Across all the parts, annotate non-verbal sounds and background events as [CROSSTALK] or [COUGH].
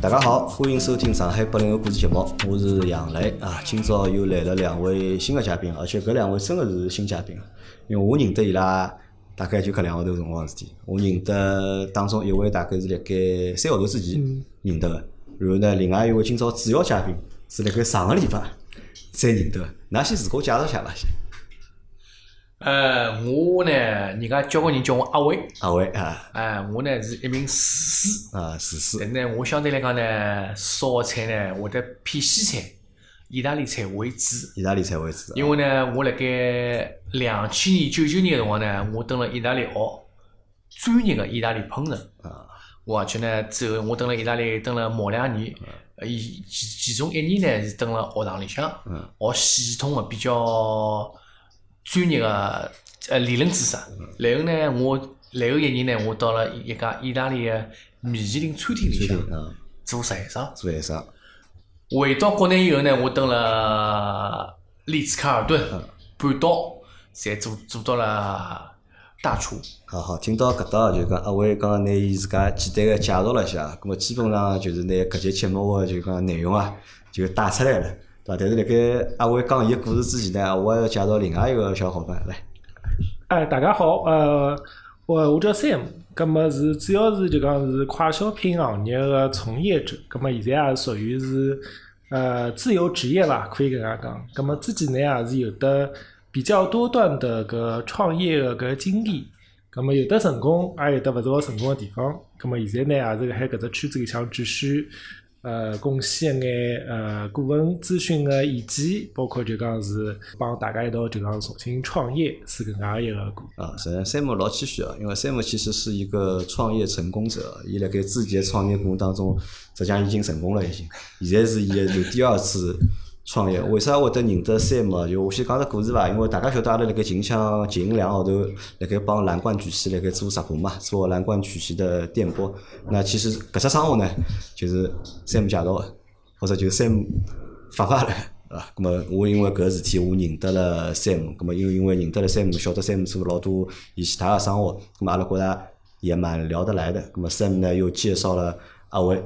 大家好，欢迎收听上海八零后故事节目，我是杨磊啊。今朝又来了两位新的嘉宾，而且搿两位真的是新嘉宾，因为我认得伊拉大概就搿两个号头辰光的事体。我认得当中一位大概是辣盖三号头之前嗯认得的，然后呢，另外一位今朝主要嘉宾是辣盖上个礼拜才认得的。㑚先自我介绍一下伐？先呃，我呢，人家交关人叫我阿伟，阿伟啊哎、我呢是一名厨师，啊，厨师但呢，我相对来讲呢，烧的菜呢会得偏西餐、意大利菜为主，意大利菜为主啊，因为呢，我辣盖两千年九九年的辰光呢，我蹲辣意大利学专业的意大利烹饪，啊我而且呢之后我蹲辣意大利蹲了毛两年，呃，以其其中一年呢是蹲辣学堂里向嗯学系统的比较专业的呃理论知识，然后呢我然后一年呢我到了一家意大利的米其林餐厅里最向近啊，做实习生。做一生回到国内以后呢，我蹲了利兹卡尔顿半岛，才做做到了大厨。好好，听到搿搭就讲阿伟刚刚拿伊自家简单个介绍了一下，葛末基本上就是拿搿节节目个就讲内容啊，就带出来了，对伐？但是辣盖阿伟讲伊个故事之前呢，我还要介绍另外一个小伙伴来，哎，大家好，呃，我我叫 Sam，葛么是主要是就讲是快消品行业的从业者，葛么现在也属于是呃自由职业吧，可以搿能介讲。葛么自己呢也是有的比较多段的搿创业的搿经历，葛么啊有的成功，也有的勿是老成功的地方。葛么现在呢也是辣海搿只圈子里向继续。呃，贡献一眼呃顾问咨询个意见，包括就讲是帮大家一道就讲重新创业，是搿能介一个过程。啊，实际上山姆老谦虚啊，因为山姆其实是一个创业成功者，伊辣盖自己的创业过程当中，实际上已经成功了，已经。现在是伊的就第二次创业，为啥会得认得山姆啊？就我先讲只故事伐，因为大家晓得阿拉辣盖近腔近两个号头辣盖帮蓝冠曲奇辣盖做直播嘛，做蓝冠曲奇的电波。那其实搿只生活呢，就是山姆介绍的，或者就是山姆发发了。 [LAUGHS] 啊，咁么我因为搿事体，我认得了 Sam，咁么又因为认得了 Sam，晓得 Sam 做老多伊其他个生活，咁么啊阿拉觉着也蛮聊得来的。咁么 Sam 呢又介绍了阿伟，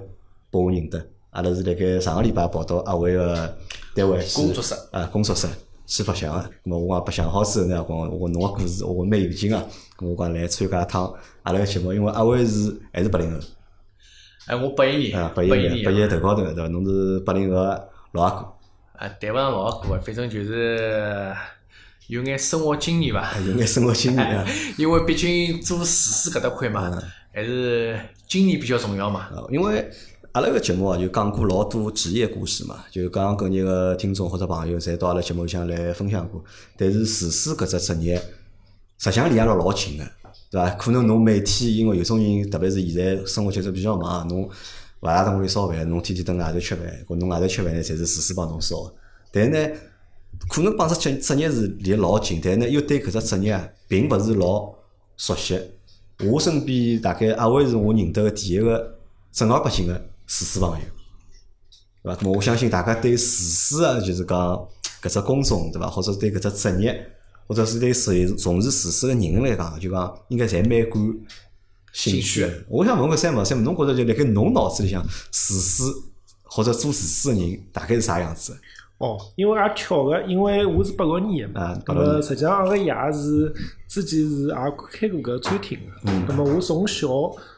拨我认得，阿拉是辣盖上个礼拜跑到阿伟个单位去工作室啊工作室去白相个。咁么啊我讲白相好之后呢，我讲我侬个故事我蛮有劲个，啊咁我讲来参加一趟阿拉个节目，因为阿伟是还是八零后。哎，我八一啊年，，八一一年，八一年，年头高头对伐？侬是八零后个老阿哥，啊，谈勿上老好过，反正就是有眼生活经验伐。有眼生活经验啊。 [LAUGHS] 因为毕竟做厨师搿搭块嗯嘛，还是经验比较重要嘛。啊，因为阿拉个节目啊，就讲过老多职业故事嘛，就刚刚搿日个听众或者朋友，侪到阿拉节目里向来分享过。但是厨师搿只职业，实际上离阿拉老近个，对伐？可能侬每天，因为有种人，特别是现在生活节奏比较忙，侬勿大等屋里烧饭，侬天天等外头吃饭，搿侬外头吃饭呢，侪是厨师帮侬烧的。但是呢，可能帮只职职业是离老近，但是呢，又对搿只职业啊，并勿是老熟悉。我身边大概阿伟是我认得个第一个正儿八经个厨师朋友，对伐？那么我相信大家对厨师啊，就是讲搿只工种，对伐？或者对搿只职业，或者是对厨从事厨师个人来讲，就讲应该侪蛮感兴兴趣趣啊个。我想问个三毛，三毛，侬觉着就辣盖侬脑子里向，厨师或者做厨师个人大概是啥样子的？哦，因为也巧个，因为我是八六年的啊嘛，八那六年么实际上阿拉爷是之前是也开过搿餐厅的，嗯那么我从小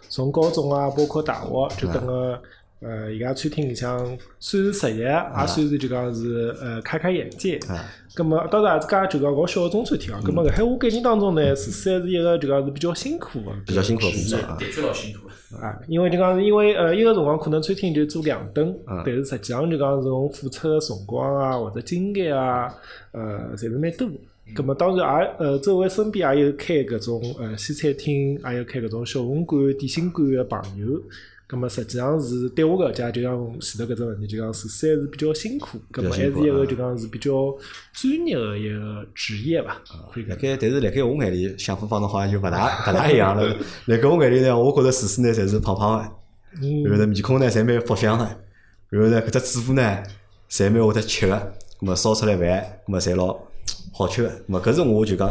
从高中啊，包括大学就等个呃伊拉餐厅里向算是实习，也算是就讲是呃开开眼界。啊嗯咁么当然也是家就讲老小个中餐厅啊，咁么搿海我概念当中呢，厨师还是一个就讲是比较辛苦个，比较辛苦个工作啊，确老辛苦。啊，因为就讲是因为呃，一个辰光可能餐厅就做两顿嗯，但是实际上就讲是侬付出的辰光啊，或者精力啊，呃，侪是蛮多的。咁么当然也呃，周围身边也有开搿种呃西餐厅，也有开搿种小红馆、点心馆的朋友。咁么实际上是对我搿家就像前头搿只问题，就讲厨师还是比较辛苦，咁比较么还辛是苦一啊个就讲是比较专业的一个职业吧，可以辣讲。盖，但是辣盖我眼里，想法帮侬好像就勿大勿大一样了。 [LAUGHS] 辣盖我眼里呢，我觉着厨师呢，侪是胖胖的，嗯然后呢，面孔呢，侪蛮福相的，然后呢，搿只嘴巴呢，侪蛮会得吃的，葛末烧出来饭，葛末侪老好吃的。葛末搿是我就讲，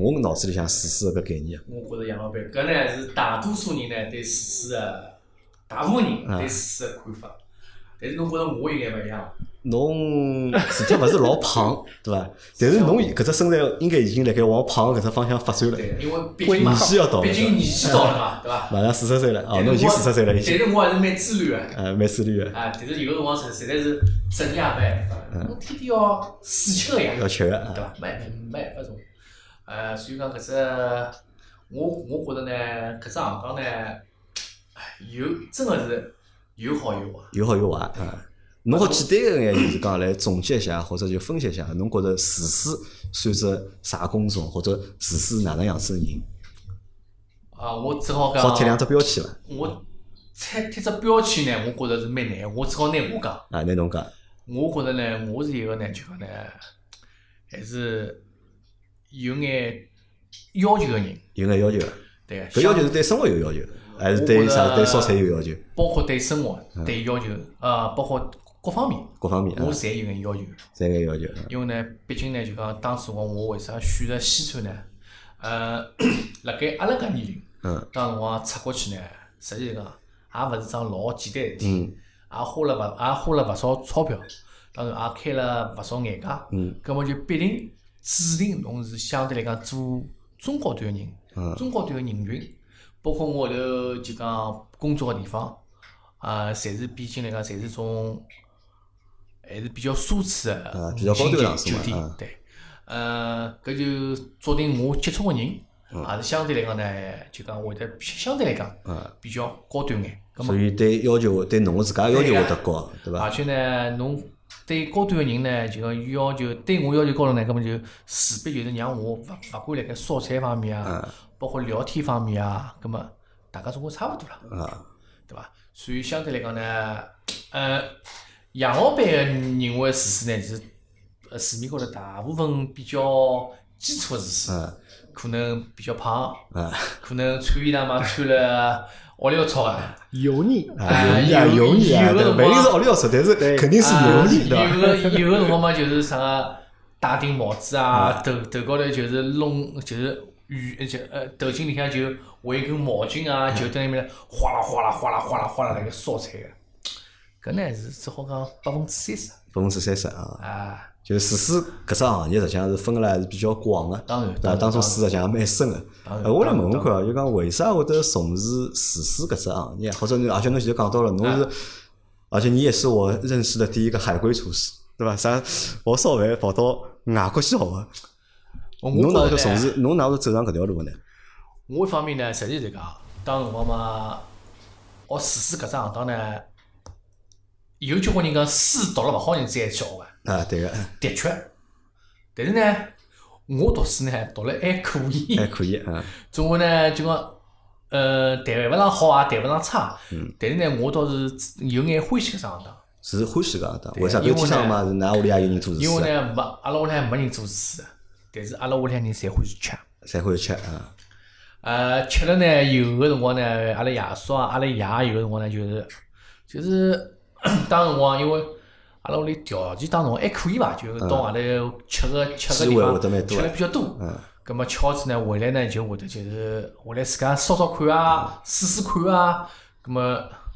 我脑子里向厨师搿概念。啊我觉着杨老板搿呢是大多数人呢对厨师的大部分人啊对水的看法，但是侬觉着我应该勿一样伐？ [LAUGHS] 侬实际勿是老胖，对伐？但是侬搿只身材应该已经辣盖往胖搿只方向发展了，对，因为毕我竟已年纪要到了毕，竟年纪到了嘛，对伐？马上四十岁了，哦，但是侬已经我四十岁了，已经，但是我还是蛮自律的啊，呃，蛮自律个，但是有的辰光实实在是整夜没办法，嗯我天天要死吃个呀，要吃个，对啊伐？没没办法种。呃，所以讲搿只，我我觉着呢，搿只行当呢，唉有真个是有好有坏。有好有坏哎啊。侬好简单个眼就是讲来总结一下，或者就分析一下，侬觉着厨师算只啥工种，或者厨师哪能样子个人，啊，我只好好贴两讲，只标签伐？我贴贴只标签呢，我觉着是蛮难的。我只好拿我讲，啊，拿侬讲，我觉着呢，我是一个呢，就讲呢，还是有眼要求个人，有眼要求个，对啊个。搿要求是对生活有要求，还是对啥对烧菜有要求？包括对生活、嗯对要求，呃，包括各方面，各方面啊我，侪有眼要求。侪有眼要求。啊因为呢，毕竟呢，就讲当时光我为啥选择西餐呢？呃，辣盖阿拉搿年龄，嗯当辰光出国去呢，实际讲也勿是桩老简单事体，嗯也花了勿也花了勿少钞票，当然也开了勿少眼界。嗯，葛末就必定注定侬是相对来讲做中高端个人，嗯中高端个人群，包括我后头就讲工作个地方，啊、侪是毕竟来讲，侪是种还是比较奢侈个，啊比较高端的场所酒嘛店啊，对，呃，搿就注定我接触个人，也是相对来讲呢，就讲会得相对来讲嗯，比较高端眼，葛末所以对要求对侬自家要求会得高，对而伐？且呢，侬对高端个人呢，就讲要求对我要求高了呢，根本就势必就是让我勿勿管辣盖烧菜方面啊，包括聊天方面啊，葛么大家总归差勿多了，啊，对伐？所以相对来讲呢，呃，杨老板个认为厨师呢，就是呃市面高头大部分比较基础个厨师，嗯可能比较胖，啊可能穿衣裳嘛穿了 [LAUGHS] 窝里草个。油腻，啊啊，有油腻啊，有对的勿一定话啊是奥利奥式，但是肯定是油腻，对伐？有个有个辰光嘛，就是啥个戴顶帽子啊，头头高头就是弄就是雨就呃头巾里向就围根毛巾啊，就在那面哗啦哗啦哗啦哗啦哗啦那个烧菜个。搿呢是只好讲百分之三十百分之三十啊，啊，就是厨师搿只行业实际上是分了还是比较广个，当对然当伐？然当中厨师实际上蛮深个。当然呃，我来问问看啊，就讲为啥会得从事厨师搿只行业？或者侬，而且侬前头讲到了，侬哎是，而且你也是我认识的第一个海归厨师，对伐？啥学烧饭跑到外国去学个，我侬哪会觉得着从呢事？侬哪会得走上搿条路呢？我一方面呢，实际是讲，当辰光嘛，学厨师搿只行当呢，有交关人讲书读了勿好人才去学个。啊，对个，的确，但是呢，我读书呢读了还可以还，可以啊，总归呢就讲，呃，谈勿上好也谈勿上差，但是呢，我倒是有眼欢喜搿只行当，是欢喜搿的。对为啥？因为搿天生呢嘛，是㑚屋里也有人做厨因为师啊，呢没阿拉屋里向没人做厨师的，但是阿拉屋里向人侪欢喜吃，才会吃啊。呃，吃了呢有个辰光呢，阿拉爷叔啊，阿拉爷有个辰光呢就是 [COUGHS] 就是，当辰光因为。阿拉屋里条件当中还可以吧，就到外头吃个吃个机地会方会得蛮多吃了比较多，嗯咁么巧子呢，回来呢就会得就是回来自家烧烧看啊，试试看啊。咁么，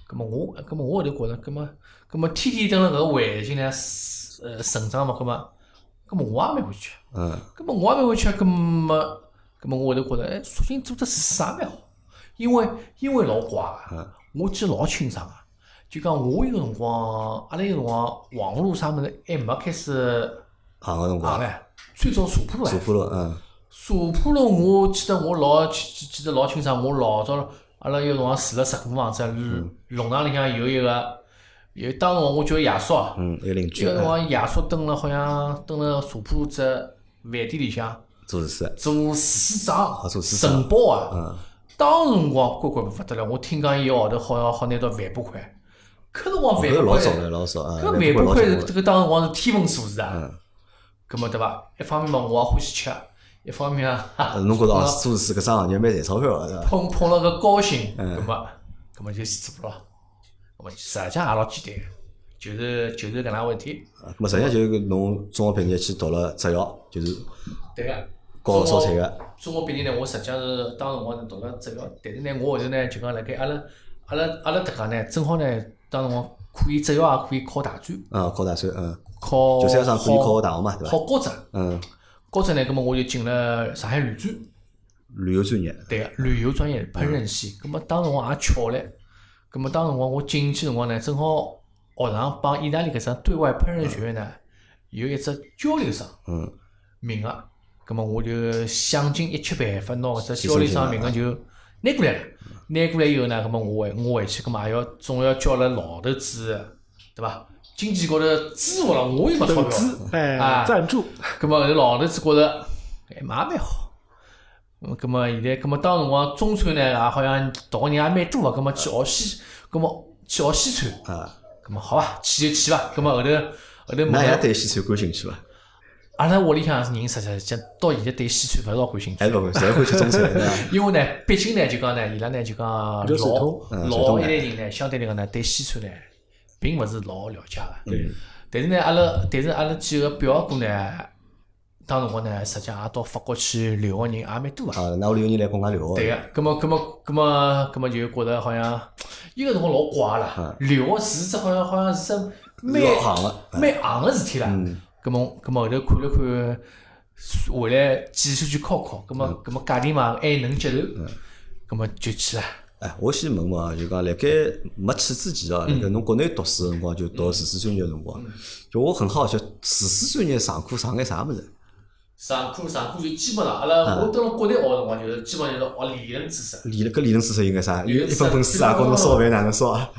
咁么我，咁么我后头觉着，咁么，咁么天天蹲辣搿个环境呢，呃，成长嘛，咁么，咁么我也蛮欢喜吃，嗯咁么我也蛮欢喜吃，咁么，咁么我后头觉着，哎，索性做只厨师也蛮好，因为因为老怪嗯个，我记得老清爽个，就讲我有辰光，阿拉有辰光黄河路啥物事还没开始行个辰行光，唻，最早茶铺唻走。坡路，嗯索普罗，我记得我老记记记得老清爽，我老早阿拉有辰光住了石鼓房嗯子，嗯弄堂里向有一个，有当时我叫爷叔啊，嗯，有邻居有辰啊，光爷叔蹲了好像蹲了索普罗只饭店里向做厨啊师，做厨师长啊做，厨师长承包啊。嗯当辰光乖乖勿得了，我听讲一个号头好像好拿到万把块，搿辰光万哦搿把老块早了，老早啊，搿那万不把会块老是早这了个当辰光是天文数字啊嗯。葛末对伐？一方面嘛，我也欢喜吃；一方面啊，呃侬觉着啊，做厨师搿只行业蛮赚钞票个，是伐？碰碰了个高兴，嗯葛么葛么就死做了，葛么实际上也老简单，就是就是搿能回事体，啊咁么实际上就是侬中学毕业去读了职校，就是对个。搞烧菜中学个，中学毕业呢，我实际上是当时辰光是读了职校，但是呢，我后头呢就讲辣盖阿拉阿拉阿拉迭个呢，正好呢，当辰光可以职业也可以考大专，嗯，考大专，嗯，考就三上可以考考个大学嘛，对伐？考高职，嗯，高职呢，葛末我就进了上海旅专，旅游专业，对个，旅游专业烹饪系。葛末当辰光也巧唻，葛末当辰光我进去辰光呢，正好学堂帮意大利搿只对外烹饪学院呢有一只交流生嗯，名额，葛末我就想尽一切办法拿搿只提交流升生进名来额就拿过来了。拿过来以后呢，葛末我回我回去，葛末也要总要叫阿拉老头子，对伐？经济高头支付了，我又没钞投票。资哎啊赞助，咁么搿老头子觉着哎嘛也蛮好。嗯，咁么现在，咁么当辰光中餐呢，也好像道人也蛮多个，啊咁么去学西，咁么去学西餐，啊，咁么好伐，去就去伐，咁么后头后头那也问，对西餐感兴趣伐？阿拉屋里向人实际讲到现在对西餐勿是老感兴还趣，是勿会，侪会去中餐，对伐？因为呢，毕竟呢就讲呢，伊拉呢就讲老比较传统嗯传老统一的代人呢，相对来讲呢，对西餐呢，并勿是老了解个。对，但是呢，阿拉但是阿拉几个表哥呢，当辰光呢，实际上也到法国去留学人也蛮多啊。啊，那屋里有人来国外留对学，个，咁么咁么咁么咁么就觉得好像伊个辰光老怪啦嗯，留学是只好像好像是只蛮老行了，蛮硬个事体啦。嗯，咁么咁么后头看了看，回来继续去考考，咁么咁么价钿嘛还能接受，咁么就去了。哎，我先问问啊，就讲辣盖没去之前哦，辣盖侬国内读书个辰光，就读厨师专业个辰光，就我很好奇，厨师专业上课上眼啥物事？上课上课就基本上，阿拉我到了国内学个辰光，就是基本上就是学理论知识。理论搿理论知识应该啥？理一论知识本本书 [LAUGHS] 啊，告侬烧饭哪能烧啊？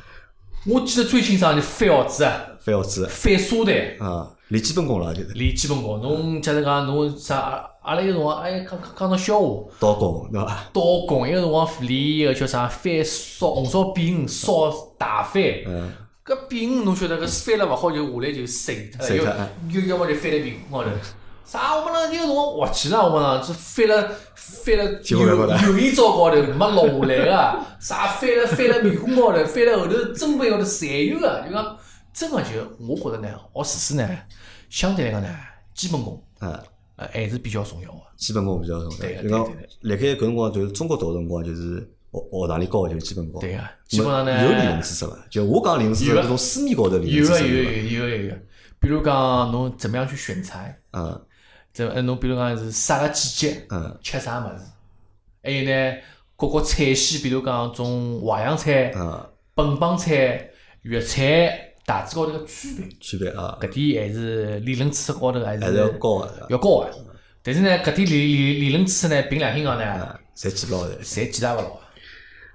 我记得最清爽就翻学子啊，非要知翻沙袋，啊，练基本功了就是，练基本功。侬假如讲侬啥，阿阿拉有辰光哎讲讲讲到笑话，刀工对伐？刀工，有辰光练一个叫啥翻烧红烧扁鱼烧大翻。嗯，搿扁鱼侬晓得搿翻了勿好就下来就碎脱碎脱嗯了，又又要么就翻在屁股高头。啥？我们那有辰光滑稽啦，我们那这翻了翻了屁股高头有有一招高头没落下来个， [LAUGHS] 啥翻了翻了屁股高头，翻了后头砧板高头侪有个。就讲真个就我觉着呢，学厨师呢，相对来讲呢，基本功啊，呃还是比较重要个。基本功比较重对要。个就讲对对辣盖搿辰光，就是中国读个辰光，就是学学堂里教个就是基本功。对个、啊没，基本上呢有理论知识伐？就我讲理论知识，有啊是从书面高头理有论知个有识个有个有个，啊比如讲侬怎么样去选材，啊，这呃，侬比如讲是啥个季节嗯，吃啥物事，还有呢，各个菜系，比如讲种淮扬菜、啊，本帮菜、粤菜，大致高头个区别，区别啊，搿点还是理论知识高头还还是要是高啊个，要高个。但是呢，搿点理理理论知识呢，凭良心讲呢，啊，侪记勿牢的。侪记大勿牢啊的。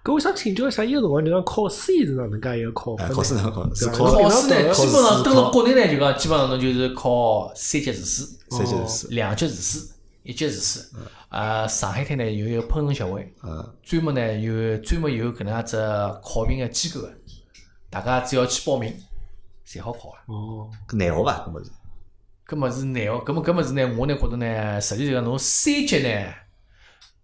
搿我想请教一下，有辰光就讲考 C 是哪能介一个考哎，法考试哦呢？哪考？是对啊考考试呢，考基试本上登考了国内呢，就讲基本上侬就是考三级厨师。三级厨师，两级厨师，一级厨师。呃，上海滩呢有一个烹饪协会，嗯，专门呢有专门有搿能介只考评个机构个，大家只要去报名，侪好考个。啊哦，搿难学伐？搿物事，搿么是难学，搿么搿么是呢？我呢觉得呢，实际上侬三级呢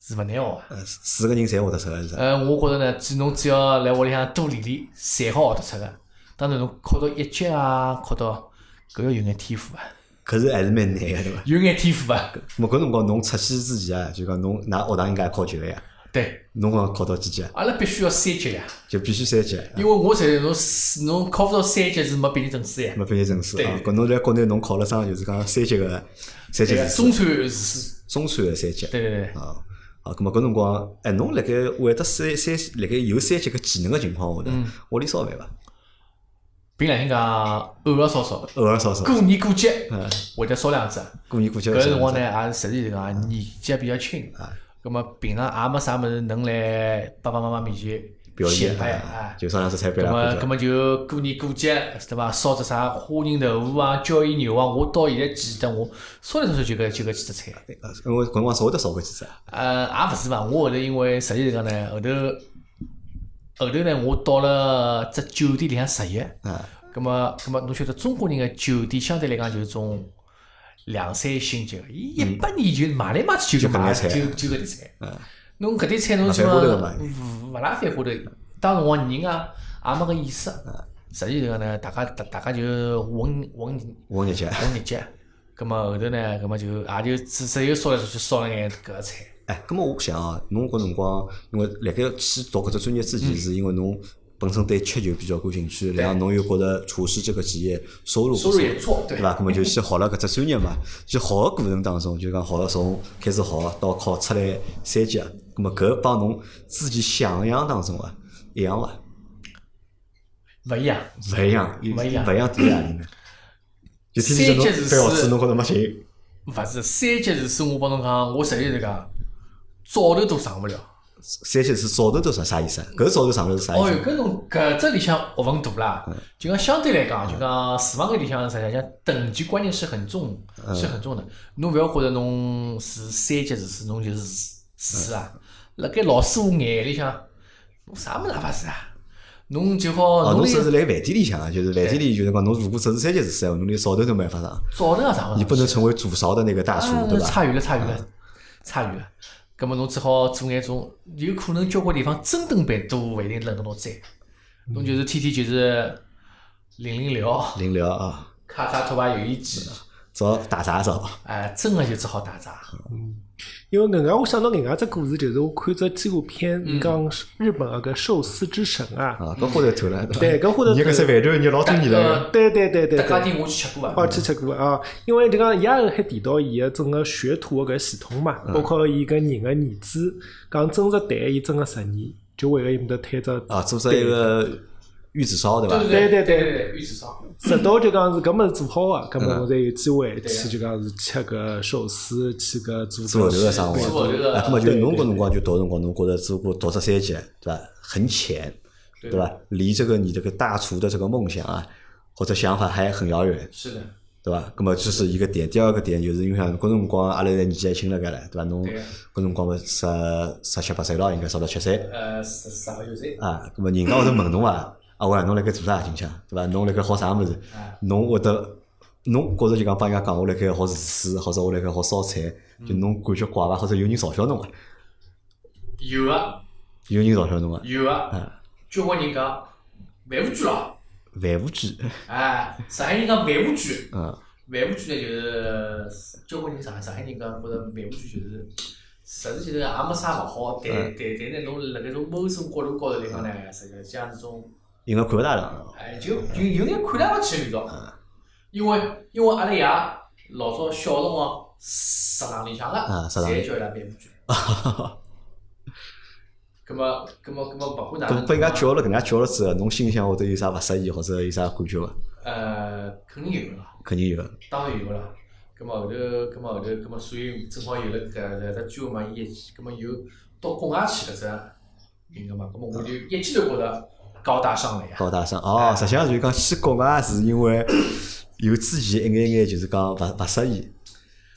是勿难学个。呃，四个人侪学得出来是啥？呃，我觉着呢，只侬只要来屋里向多练练，侪好学得出个。当然侬考到一级啊，考到搿要有眼天赋啊，可是还是蛮难个，对伐？有眼天赋啊。咾么搿辰光侬出去之前啊，就讲侬㑚学堂应该也考级个呀，对，侬讲考到几级啊？阿拉必须要三级呀。就必须三级啊，因为我才侬四侬考不到三级是没毕业证书呀。没毕业证书对啊。搿侬辣国内侬考了张就是讲三级个，三级对个个，啊中餐是，中专个三级对对对，啊。啊，咁么搿辰光，哎，侬辣盖会得三三，辣盖有三级个技能个情况下嗯头，屋里烧饭伐？凭良心讲，偶尔烧烧，偶尔烧烧，过年过节嗯，会得烧两只。过年过节搿烧辰光两呢，啊也是实际是讲年纪也比较轻啊，葛末平常也没啥物事能来爸爸妈妈面前只表演摆啊啊，。就上两只菜葛表末演葛末就过年过节对伐？烧只啥花仁豆腐啊、椒盐牛啊，我到现在记得我烧来烧去就搿就搿几只菜。呃因为搿辰光是会得烧过几只啊，呃，也勿是伐，我后头因为实际是讲呢，后头后头呢，我到了只酒店里向实习，啊，葛么葛么侬晓得中国人个酒店相对来讲就是种两三星级，伊一八年就买来买去就就搿搿买眼菜就就搿点菜嗯，侬搿点菜侬翻就花头勿嘛勿拉翻花头，当辰光人啊也没搿意识，实际是讲呢，大家大大家就混混我日节，混日脚，葛么后头呢，葛么就也就只只有烧来烧去烧了眼搿个菜。嗯哎，葛么我想啊，侬搿辰光，因为辣盖去读搿只专业之前，是因为侬本身对吃就比较感兴趣，然后侬又觉着厨师这个职业收入不收入错也不错，对对伐？？那 [LAUGHS] 么就先学了搿只专业嘛，就学个过程当中，就讲学了从开始学到考出来三级，那么搿帮侬之前想象当中啊一样伐？勿一样。勿一样，勿一样嗯勿一样点在何里呢？就天天三就侬级是翻学四子，侬觉着没劲，勿是三级厨师，我帮侬讲，我实际是讲，早头都上勿了。三级是早头都啥啥意思啊？搿早头上头是啥意哦哟思，啊？搿侬搿只里向学问大啦，嗯就讲相对来讲，就讲厨房搿里向实际上等级观念是很重，嗯是很重的。侬勿要觉着侬是三级厨师，侬就是嗯厨师啊。辣盖老师傅眼里向，侬啥物事也勿是啊。侬就好，哦，侬侬连只是来饭店里向啊，就是饭店里就是讲侬如果只是三级厨师，侬连早头都没办法上，早头也上勿你上不能成为煮勺的那个大啊厨，那对伐？哦差远了，差远了，差远了。葛末侬只好做眼种，有可能交关地方真灯板都勿一定轮得到摘，侬就是天天就是零零聊，临了啊，咔嚓拖把游戏机，找打杂找。哎，真个就只好打杂。嗯嗯因为搿能介，我想到搿能介只故事，就是我看只纪录片，讲日本那个寿司之神啊，啊，搿花头头了，对搿花头头你搿只饭团，你老多年了，呃，对对对对大家对。店我去吃过啊，哦，去吃过啊，因为就讲伊也是还提到伊个整个学徒个搿系统嘛，嗯包括伊搿人个儿子，讲真实谈伊真个十年，就为了伊面搭推只啊，做只一个玉子烧对伐？对对对对对对，玉子烧。直到就讲是搿么做好啊，搿么嗯我才有机会对啊去就讲是吃搿寿司，去�葛做做后头个搿生活，做后头个啊，那么就对侬搿对辰光就读的辰光，侬觉着只不过读只三级，对伐？很浅，对对伐？离这个你这个大厨的这个梦想啊，或者想法还很遥远，是的，对伐？那么这是一个点，第二个点就是因为像搿辰光阿拉侪年纪还轻了该唻，对伐？侬对啊搿辰光么十十七八岁咯，应该十六七岁。呃，十十八九岁，啊，咁么人家会得问侬啊，啊喂，侬辣盖做啥进去啊？对伐？侬辣盖学啥物事啊？侬会得，侬觉着就讲帮人家讲，我辣盖学厨师，或者我辣盖学烧菜，就侬感觉怪伐？或者有人嘲笑侬伐？啊有啊有人嘲笑侬伐？有啊啊，交关人讲万物居了，万无忌，哎，上海人讲万物居。嗯，万物居呢，就是交关人上上海人讲，觉着万物居就是，实际就是也没啥勿好，但嗯但但呢，侬辣盖种谋生角度高头来讲呢，实际像是种，应该看勿大了。哎，就有有眼看得勿起味嗯道，因为因为阿拉爷老早小辰光食堂里向个，啊食堂侪叫伊拉万物居。 [LAUGHS] 咁么，咁么，咁么，勿管哪咁能，被人家叫了，搿能介叫了之后，侬心里向会得有啥勿适意，或者有啥感觉伐？呃，肯定有个啦。肯定有。当然有个啦。咁么后头，咁么后头，咁么啊所以正好有了呃搿搿只机会嘛，伊一记，咁么啊又到国外去搿只人个嘛，咁么我就一记头觉着高大上了呀。高大上哦，实际上就是讲去国外是因为有之前一眼眼就是讲勿勿适意，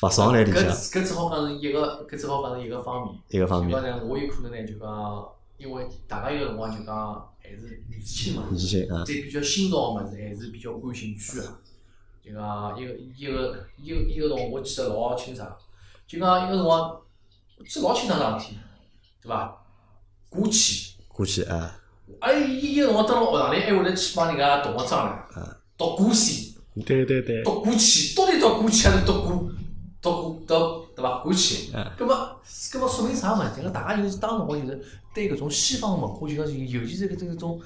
勿爽来里搿向搿只好讲是一个，搿只好讲是一个方面。一个方就面讲。呢，我有可能呢就讲，因为大家有辰光就讲还是年纪轻嘛，年纪轻啊，对比较新潮个物事还是比较感兴趣个。就讲一个一个一个一个辰光，我记得老清爽。就讲一个辰光，我记得老清爽桩事体，对伐？过去，过去啊，哎，伊一个辰光蹲辣学堂里，还会得去帮人家同学商量，读古诗，对对对，读古去，到底读古去还是读古？读古读对伐？古去嗯，葛么，葛么说明啥嘛？就讲大家就是当辰光就是对搿种西方文化，就讲是尤其是搿种种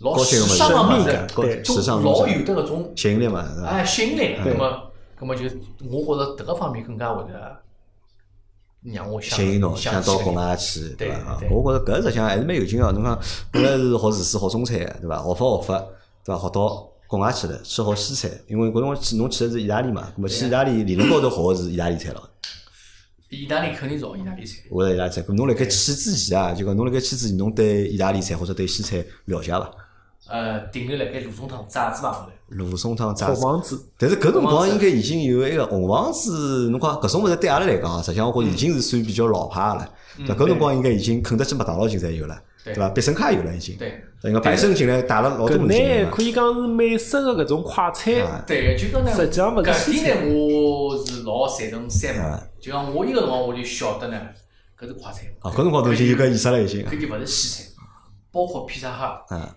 老高级时个物尚啊个物事，事，高对时尚嗯的就老物有事，得搿种吸引力嘛，是吧？哎，吸引力，对那么，那么就我觉着迭个方面更加会得让我想吸引侬想想起到来国外去，对伐？对对我觉着搿实际上还是蛮有劲个。侬看，本来是学厨师、学中餐，对伐？学法学法，对伐？学到国外去了，去学西餐，因为搿辰光去侬去的是意大利嘛，咾么去意大利理论高头学的是意大利菜咯，意大利肯定是学意大利菜，学的意大利菜。咾侬辣盖去之前啊，就讲侬辣盖去之前，侬对意大利菜或者对西菜了解伐？呃，停留辣盖鲁中堂炸子嘛后头，芦笋汤、炸小子王子，但是搿辰光应该已经有一个红房子，侬讲搿种物事对阿拉来讲啊，实际上我觉着已经是算比较老派个了。嗯对伐搿辰光应该已经肯德基、麦当劳已经侪有了，对对伐？必胜客也有了已经，对应该百胜进来打了老多搿门进呢了嘛。可以讲是美式个搿种快啊餐，对，就讲呢，实际上勿是搿西哎点呢，我是老赞同三毛啊，就讲我一个辰光我就晓得呢，搿是快餐，啊，搿辰光都已经有搿意识了已 [LAUGHS] 经。搿点勿是西餐，包括披萨哈。啊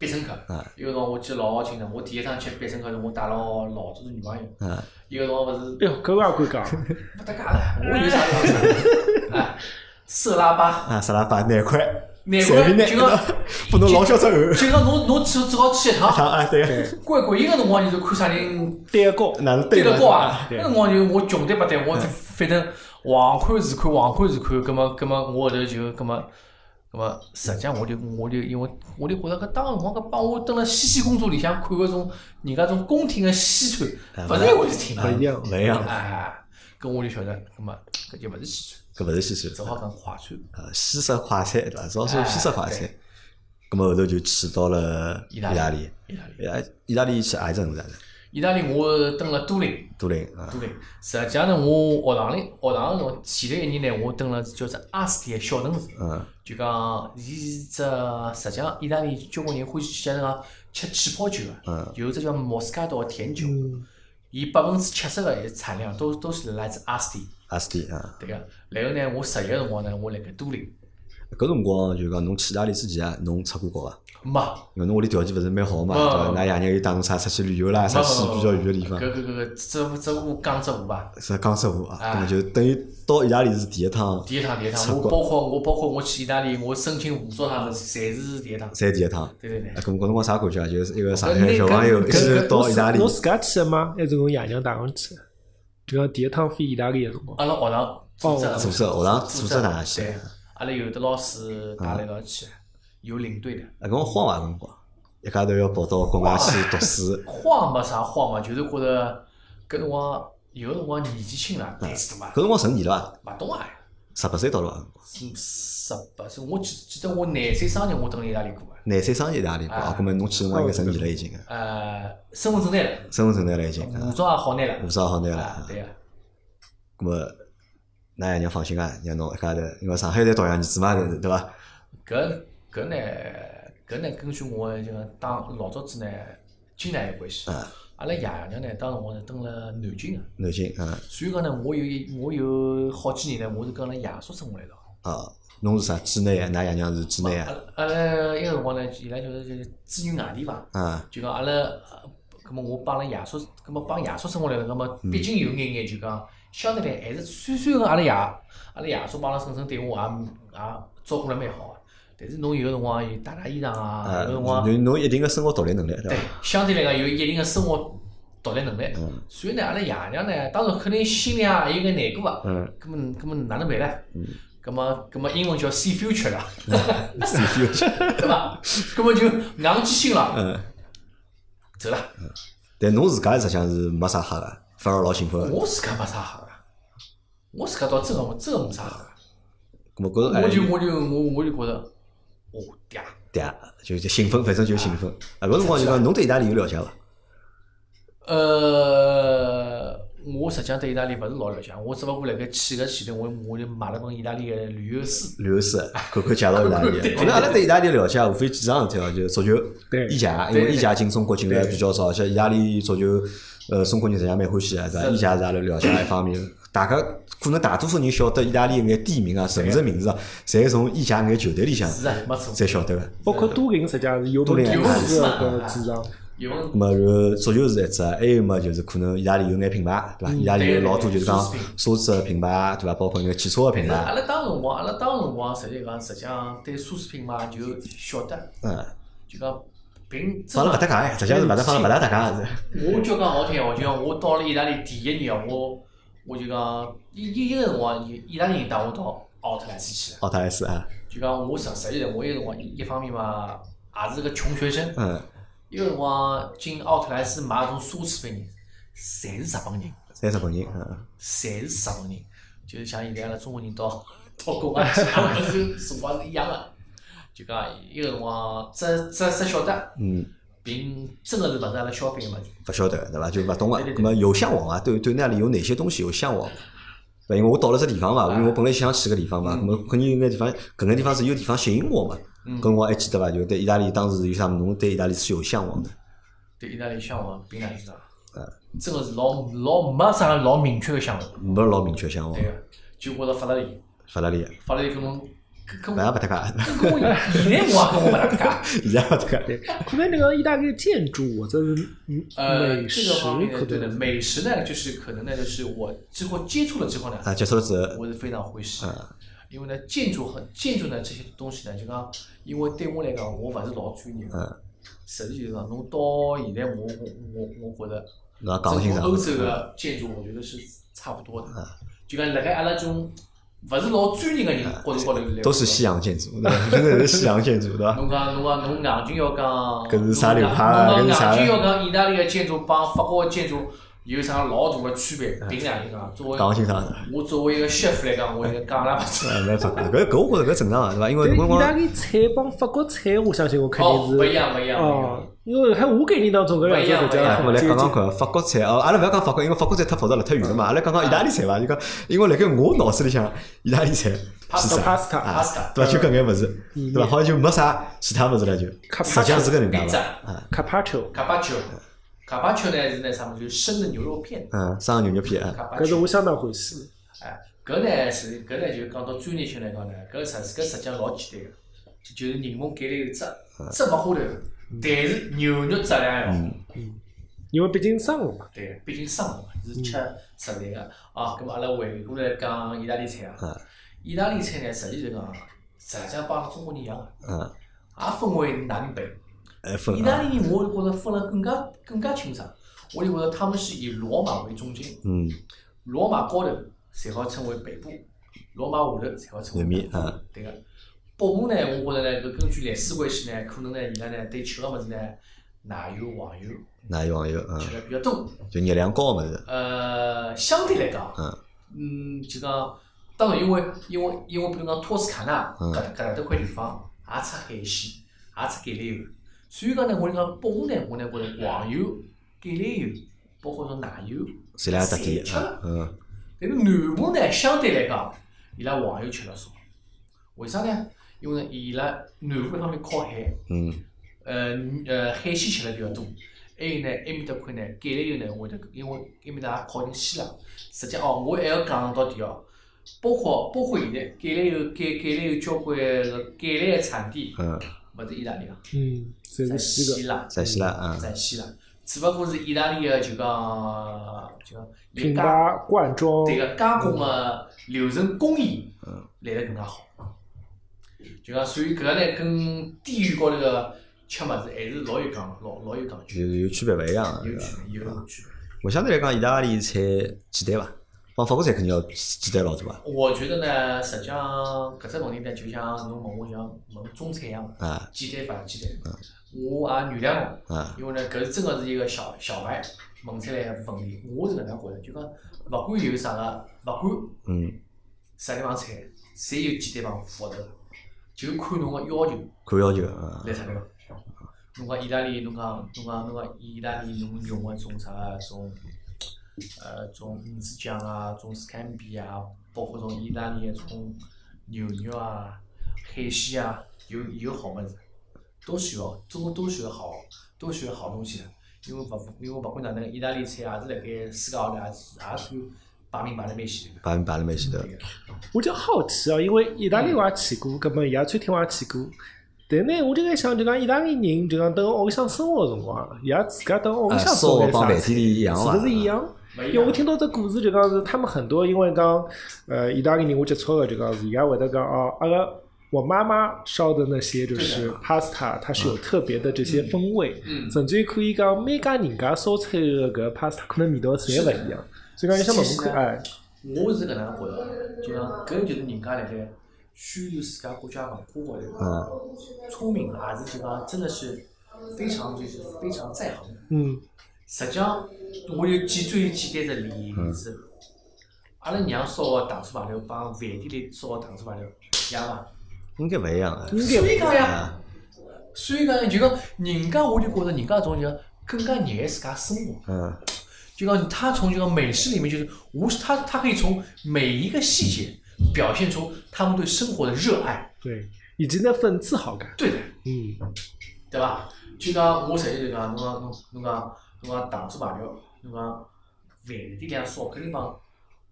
必胜客啊，有个辰光我记得老清爽，我第一趟吃必胜客是我带牢老早的女朋友，啊，有个辰光勿是哎哟，搿个也 [LAUGHS] 敢讲，不搭嘎的，我有啥讲啥？哎，色拉巴，啊，沙拉饭两块，难随怪便拿就讲个，不能老小只就汗。讲侬侬只只好去一 [LAUGHS] 趟，啊，对，关关键个辰光就是看啥人对个高，哪能对了得高啊？对那辰光就我穷对不对？我就反正横看是看，横看是看，葛么葛么我后头就葛么葛么，实际上我就我就因为我就觉着搿当辰光搿帮我蹲辣西西公主里向看搿种人家种宫廷个西啊餐，勿是一回事体嘛不。一样，勿一样，哎，搿我就晓得，葛么搿就勿是西餐，搿勿是西餐。只好讲快餐。呃西式快餐对伐？主要是哎西式快餐对。咁么后头就去到了意意大利大利，意大利，意大意大利去阿只城市啊？意大利我蹲了都灵。都灵啊对，实际上呢，我学堂里学堂个辰光，前头一年呢，我蹲了叫只阿斯蒂小城市，嗯，就讲伊是只实际上意大利交关人欢喜去讲讲吃气泡酒嗯个，有只叫莫斯卡托个甜酒，伊百分之七十个产量都都是来自阿斯蒂，阿斯蒂啊，对个。然后呢，我实习个辰光呢，我辣盖都灵，搿辰光就讲侬去意大利之前啊，侬出过国伐？没因为侬屋里条件勿是蛮好嘛，对嗯伐？㑚爷娘又带侬啥出去旅游啦，没啥去比较远个地搿方，搿搿搿只只我讲只话伐，是江浙沪啊，哎咁么就等于到意大利是第一趟，第一趟第一出趟，我国包括我包括我去意大利，我申请护照啥物事，侪是第一趟。侪第一趟。啊，对对对。咁搿辰光啥感觉啊？就是一个上搿海那小朋友一哦搿直到意大利侬，自家去的吗？还是侬爷娘带侬去的？就讲第一趟飞意大利个辰光，阿拉学堂组织哦组织学堂组组织哪些嗯对，阿拉有的老师带了一道去，有领队的。啊，搿辰光慌伐？搿辰光一家头要跑到国外哦去读书，慌没啥慌嘛，就是觉着搿辰光有辰光年纪轻啦，胆子大嘛搿，辰光成年了伐？勿懂啊。十八岁到了啊伐？嗯十八岁，我记记得我廿岁生日，我蹲辣意大利过个，廿岁生日意大利过啊啊，搿么侬去辰光应该成年了已经啊，呃，身份证拿了，身份证拿了已经护啊，照也好拿了护，照好拿了啊，。啊对个，搿么㑚爷娘放心啊，让侬一家头，因为上海侪同样儿子嘛，对对伐？搿搿呢，搿呢根据我就讲当老早子呢，经历有关系啊。阿拉爷娘呢，当时我是蹲辣南京个。南京啊所以讲呢，我有一我有好几年呢，我是跟阿拉爷叔生活了一道。啊，侬是啥姊妹啊？㑚爷娘是姊妹啊？阿拉阿呃拉一个辰光呢，伊拉就是就是子女外地嘛，啊，就讲阿拉，呃葛么我帮阿拉爷叔，葛么帮爷叔生活了，葛么嗯毕竟有眼眼就讲，相对来还是虽虽然讲阿拉爷阿拉爷叔帮阿拉婶婶对我也也照顾了蛮好个，但是侬有个辰光有洗洗衣裳啊，啊，有个辰光侬侬一定个生活独立能力对对伐？，相对来讲有一定的生活独立能力。嗯所以呢，阿拉爷娘呢，当然肯定心里啊也有眼难过啊。嗯。咁么，咁么哪能办呢？嗯。咁么，咁么英文叫 see future 啦，是有些 [LAUGHS] 对伐？咁么就硬起心了，嗯，走了。但侬自家实际上是没啥吓个，反而老幸福个。我自家没啥吓个，我自家倒真个真个没啥吓个。咾么搿我就哎我就我我就觉着，哦嗲，对啊，就就兴奋，反正就兴奋。啊，搿辰光就讲侬对意大利有了解伐？呃，我实际上对意大利勿是老了解，我只勿过辣盖去个前头，我我就买了本意大利个旅游书。旅游师看看介绍意大利。我觉阿拉对意大利了解，无非几桩事体哦，就是足球、对意甲，因对为意甲进中国进来比较早，而且意大利足球，呃，中国人实际上蛮欢喜个，对伐？是意甲是阿拉了解的一方面。大家可能大多数人晓得意大利眼地名啊、城市名字啊，侪是从意甲眼球队里向是啊，没错。才晓得个。包括都灵实际上是有都灵有有个主场，有咁么，然后足球是一只，还有么就是可能意大利有眼品牌，对伐？意大利有老多就是讲奢侈个品牌，对伐？包括眼汽车个品但是阿牌，拉当辰光，阿拉当辰光，实际讲，实际上对奢侈品嘛，就晓得，嗯，就讲并真放了勿搭的。界哎，实际上是勿搭放了勿搭搭界是。我就讲好听闲话，就讲我到了意大利第一年啊，我我就讲一一一个辰光，意意大利人带我到奥特莱斯去了。奥特莱斯啊，就讲我实实际上，我一个辰光一方面嘛，也是个穷学生，嗯，一个辰光进奥特莱斯买搿种奢侈品人，侪是日本人，三十本人，嗯。侪是日本人，就是像现在阿拉中国人到 [LAUGHS] 到国外去，阿拉是辰光是一样的。就讲伊个辰光，只只只晓得，嗯，并真个是勿是阿拉消费个物事。勿晓得对伐？就勿懂个，对对咁么有向往啊？对对，那里有哪些东西有向往？对因为我到了这地方啊嘛，因为我本来想去个地方嘛，咁么肯定有眼地方，搿眼地方是有地方吸引我嘛。嗯跟我还记得伐？就对意大利当时有啥，侬对意大利是有向往的。对意大利向往并哪是啥？嗯真个是老老没啥老明确个向往。没老明确向往嗯对，个，就觉着法拉利，法拉利，法拉利跟侬跟反跟正不搭 [LAUGHS] 界，跟我现在我也跟我勿搭 [LAUGHS] 嘎。现在不搭界。对，可能那个意大利的建筑或者是嗯呃，美这食个方面呢可对的，能美食呢，就是可能呢，就是我之后接触了之后呢，哎啊，结束了之后，嗯我是非常欢喜。因为呢，建筑很建筑呢这些东西呢，就讲，因为对我来讲，我勿是老专业。嗯。实际就是讲，侬到现在我我我我觉着，侬也讲勿清啊整个欧爽。洲的建筑，我觉得是差不多的。嗯就讲辣盖阿拉这种勿是老专业的人角度高头来讲，嗯都是西洋建筑，对伐？真的是西洋建筑，对伐？侬讲侬讲侬硬劲要讲，搿是啥流派啊搿侬是啥讲硬劲要讲意大利个建筑帮法国个建筑有啥老大个区别？嗯凭良心讲，作为讲勿清爽。 [LAUGHS] 我作为一个 chef 来讲，我应该 [LAUGHS] 讲了勿出。呃，没办法，搿搿我觉着搿正常啊个，对伐？因为但我意大光利菜帮法国菜，我相信我肯哦，定不一是样，不一样，不一样哦，因为还我概念当中搿两种国不一家样哎我很来接讲讲近。看法国菜哦，阿拉勿要讲法国，因为法国菜太复杂了，太远了嘛。啊阿拉讲讲意大利菜伐？就讲，因为辣盖我脑子里向，意大利菜是 Pasta，啥 pasta，啊 pasta 对伐？就搿眼物事，嗯对伐？好像就没啥其他物事了，就实 Carpaccio，际上是搿能介披萨伐？啊，卡帕丘，卡巴丘，卡巴丘呢是那啥么？就是生的牛肉片。嗯，生牛肉片啊，卡巴搿是丘我，相当欢喜。哎，搿呢是搿呢就是讲到专业性来讲呢，搿实搿实际上老简单个，就是柠檬橄榄油汁，汁勿花头，但是牛肉质量要好。因为毕竟生活嘛，对，毕竟生活嘛，是吃实在个啊。咁阿拉回过来讲意大利菜嗯啊，意大利菜呢，实际就讲，实际上帮阿拉中国人一样个，嗯，也分为哪能办。哎，分意大啊，利人我觉着分了更加更加清爽，我就觉着他们是以罗马为中心，嗯，罗马高头侪好称为北部，罗马下头侪好称为南面南部嗯对个。啊北部呢，我觉着呢，搿根据历史关系呢，可能呢，伊拉呢对吃个物事呢，奶油、黄油奶油黄油，嗯，吃了比较多。就热量高个物事，呃，相对来讲，嗯嗯，就讲，当然因为因为因为比如讲托斯卡纳嗯搿搿搭搭块地方也出海鲜，也出橄榄油，所以讲呢，我就讲北欧呢，我呢觉着黄油、橄榄油，包括种奶油，侪辣搭侪底吃了。，嗯，但是南部呢，相对来讲，伊拉黄油吃了少，为啥呢？因为呢，伊拉南部一方面靠海，嗯呃呃海鲜吃了比较多。还有呢，埃面搭块呢，橄榄油呢，会得因为埃面搭也靠近希腊。实际哦，我还要讲到底哦，包括包括现在橄榄油、橄橄榄油交关呃个橄榄的产地，嗯，勿是意大利啊，嗯，侪在是西希个。腊，在希腊啊，在希腊，只不过是意大利个就讲就讲品伊牌加灌装，对个加工个流程工艺来得更加好。就讲，所以搿个呢，跟地域高头个吃物事还是老有讲老老有讲究就。是有区别勿一样个，有对伐？区别，有区别。我相对来讲，意大利菜简单伐？帮法国菜肯定要简单老多伐？我觉得呢，实际上搿只问题呢，就像侬问我像问中餐一样，啊简单伐？简单。我也原谅侬，啊，因为呢，搿是真个是一个小小白问出来个问题。我是搿能介觉着，就讲勿管有啥个，勿管嗯，啥地方菜，侪有简单帮复杂的，就看侬个要求看要求啊，来啥地方。侬讲意大利，侬讲侬讲侬讲意大利，侬用个种啥种，呃，种鱼子酱啊，种 scampi 啊，包括种意大利个种牛肉啊、海鲜啊，有有好物事，都需要，都都需要好，都需要好东西的。因为勿因为勿管哪能，意大利菜也是辣盖世界高头也是也算排名排得蛮前头把你摆了蛮前头的。。对个我就好奇哦，因为意大利我也去过，葛末伊拉餐厅我也去过。但呢，我就在想，就讲意大利人，就讲等屋里向生活个辰光，伊拉自家等屋里啊，向烧做个眼帮啥饭菜店里一样啊伐？是不啊是一样？勿一因为我样。听到这故事就讲是，他们很多因为讲，呃，意大利人我接触的就讲是，伊拉会得讲哦，阿拉我妈妈烧的那些就是对 pasta，它是有特别的这些风味，嗯，甚至于可以讲每家人家烧出来的搿 pasta 可能味道侪勿一样，所以讲你想问是问的看，哎，我是搿能样觉着，就讲搿就是人家辣盖宣传自家国家文化高头，嗯，聪明还是就讲真的是非常就是非常在行的。嗯实际上，我就举最简单的例子，阿拉娘烧个糖醋排头帮饭店里烧个糖醋排头一样伐？应该勿一样啊。应所该以讲呀，啊，所以讲就讲人家我就觉着人家种就讲更加热爱自家生活。嗯，就讲他从这个美食里面，就是无他他可以从每一个细节表现出他们对生活的热爱，对，以及那份自豪感，对的，嗯，对吧？就讲我实际就讲，侬讲侬侬讲侬讲糖醋排头，侬讲饭店里向烧肯定帮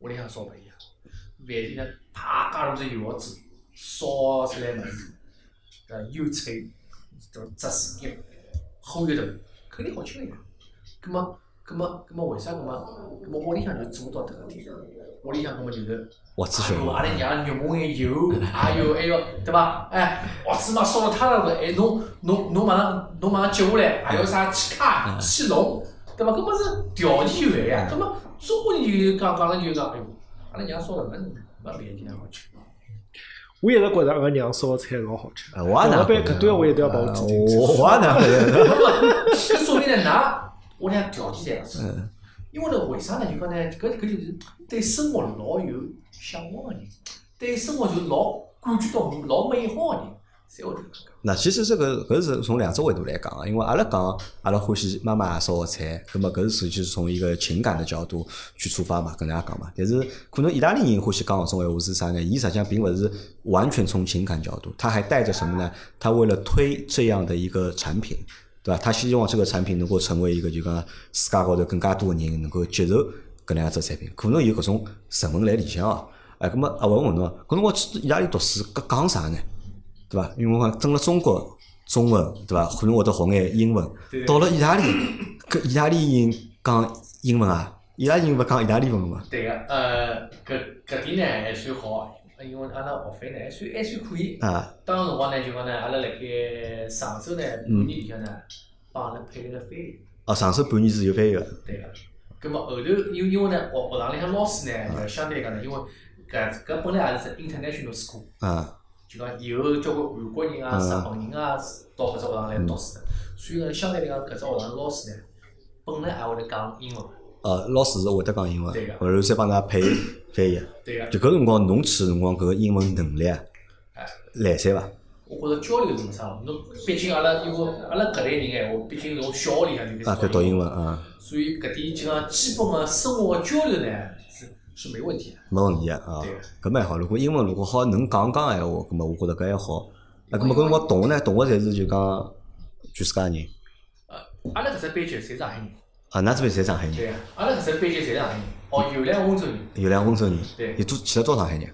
屋里向烧勿一样，饭店里向啪加入只油锅子，烧出来物事，呃，又脆，对吧？扎丝一厚又大，肯定好吃一点。葛么，葛么，葛么，为啥葛么？葛么屋里向就做到迭个点？屋里向搿么就是。活子小 [LAUGHS] 哎呦嘛阿，拉娘肉먹眼油，还有还有，对伐？哎，袜子嘛烧了太了了，哎，侬侬侬马上侬马上接下来，还有啥气卡、气笼，对伐？搿么是条件有限呀。搿么中国人就讲讲了就讲，哎呦，阿拉娘烧了，没没别的地方好吃。我一直觉着阿拉娘烧的菜老好吃。啊我也哪老觉板得搿段我一定要把我记进去啊。我也哪觉 [LAUGHS] 得搿说明呢，㑚屋里向条件侪勿错。因为呢，为啥呢？就讲呢，搿搿就是对生活老有向往个人，对生活就老感觉到老美好个人，侪会得搿能介。那其实这个搿是从两只维度来讲啊，因为阿拉讲阿拉欢喜妈妈烧个菜，葛么搿是属于就是从一个情感的角度去出发嘛，跟大家讲嘛。但是可能意大利人欢喜讲搿种闲话是啥呢？伊实际上并勿是完全从情感角度，他还带着什么呢？他为了推这样的一个产品，对吧？他希望这个产品能够成为一个就讲世界高头更加多的人能够接受搿能样子的产品，可能有搿种成分辣里向哦。哎，葛么啊，我问侬啊，搿辰光去意大利读书，搿讲啥呢？对伐？因为我讲整了中国中文，对伐？可能会得学眼英文对。到了意大利，搿意大利人讲英文啊，意大利人勿讲意大利文嘛。对个，呃，搿搿点呢还算好，啊因为阿拉学费呢还算还算可以。啊，当时辰光呢，就讲呢，阿拉辣盖上周呢半年里向呢，帮阿拉配了个翻译，哦，上手半年是有翻译个，对个。葛末后头因因为呢，学学堂里向老师呢，就相对来讲呢，因为搿搿本来也是只 international school，啊，就讲有交关韩国人嗯啊、日本人啊到搿只学堂来读书的，所以呢，相对来讲搿只学堂老师呢，本来也会得讲英文，呃，老师是会得讲英文对个，然后再帮㑚 [LAUGHS] 配翻译。对个。就搿辰光，侬去个辰光，搿个英文能力啊哎来三伐？我觉着交流是没啥问题，侬毕竟阿拉因为阿拉搿类人闲话，毕竟从小学里向就啊，开搿始读英，文啊，所以搿点就讲基本个生活个交流呢是是没问题的。没问题啊啊对，搿蛮好。如果英文如果好能讲讲闲话，搿么我觉着搿还好。啊，搿么搿辰光懂呢，懂个侪是就讲全世界人呃，阿拉搿只班级侪是上海人，啊，㑚这边侪上海人。对个，阿拉搿只班级侪是上海人，哦，有来温州人，有两个温州人，对有多去了多少上海人？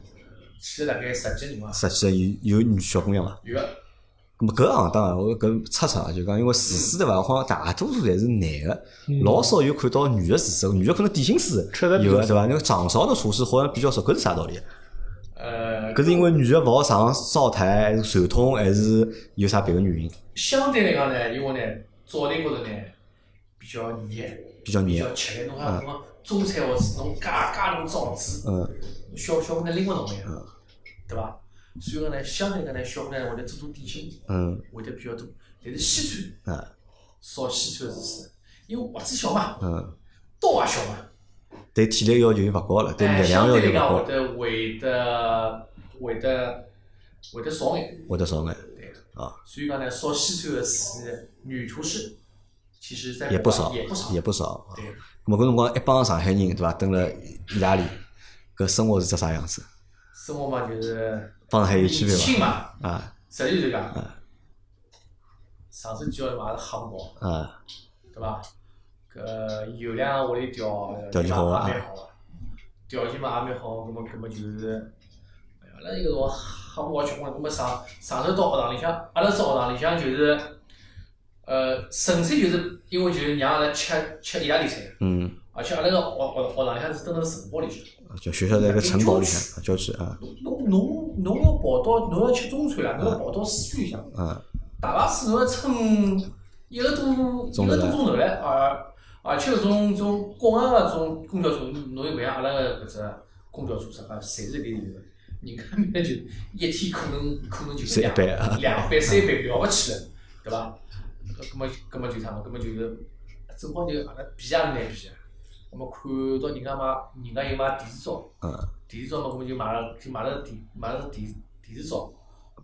去了大概十几人伐？实际有有女小姑娘伐？有个，咁么搿行当啊，我搿测测啊，就讲因为厨师对伐？好像大多数侪是男个，嗯老少有看到女个厨师，女个可能点心师吃得比较有个对伐？那个掌勺的厨师好像比较少，搿是啥道理？呃，搿是因为女个勿好上灶台，还是传统，还是有啥别个原因？相对来讲呢，因为呢，早台高头呢比较热，比较比黏较，吃力，侬啊看侬中餐或是侬加加侬枣子，嗯，小小姑娘拎勿动个呀，对伐？所以讲呢，相对讲呢，小姑娘会得做做点心，嗯会得比较多。但是西餐啊烧西餐是是，因为盒子小嘛，嗯，刀也小嘛，对体力要求就勿高了，对哎力量相要求对来勿讲会高，得会得会得会得少眼，会得少眼对。啊，所以讲呢，烧西餐的是女厨师，其实在也不少也不少，，也不少啊。对。咁搿辰光一帮上海人对伐？蹲辣意大利，搿生活是只啥样子？生活嘛就是帮上海有年区别嗯轻伐？嘛，啊实际就是讲，上手教育嘛也是吓勿跑。啊，对伐？搿有两个屋里条条件好啊也蛮好个，条件嘛也蛮好，葛么葛么就是，哎呀，阿拉有辰光瞎勿好吃光，葛么上上头到学堂里向，阿拉只学堂里向就是，呃，纯粹就是因为就是让阿拉吃吃意大利菜，嗯，而且阿拉个学学学堂里向是蹲辣城堡里向，就学校在一个城堡里向，啊郊区啊，侬侬侬要跑到侬要吃中餐啦，侬要跑到市区里向。嗯，大巴士侬要乘一个多一个多钟头嘞，而而且搿种种国外个种公交车，侬又勿像阿拉个搿只公交车啥个，侪是搿里头个。人家面就一天可能可能就是是一两般啊两班三班了勿起了，对伐？搿搿么搿么就啥嘛？搿么就是正好就阿拉便也是难便个。搿么看到人家买，人家有买电视灶，嗯，电视灶嘛，搿么就买了，就买了电买了电电视灶，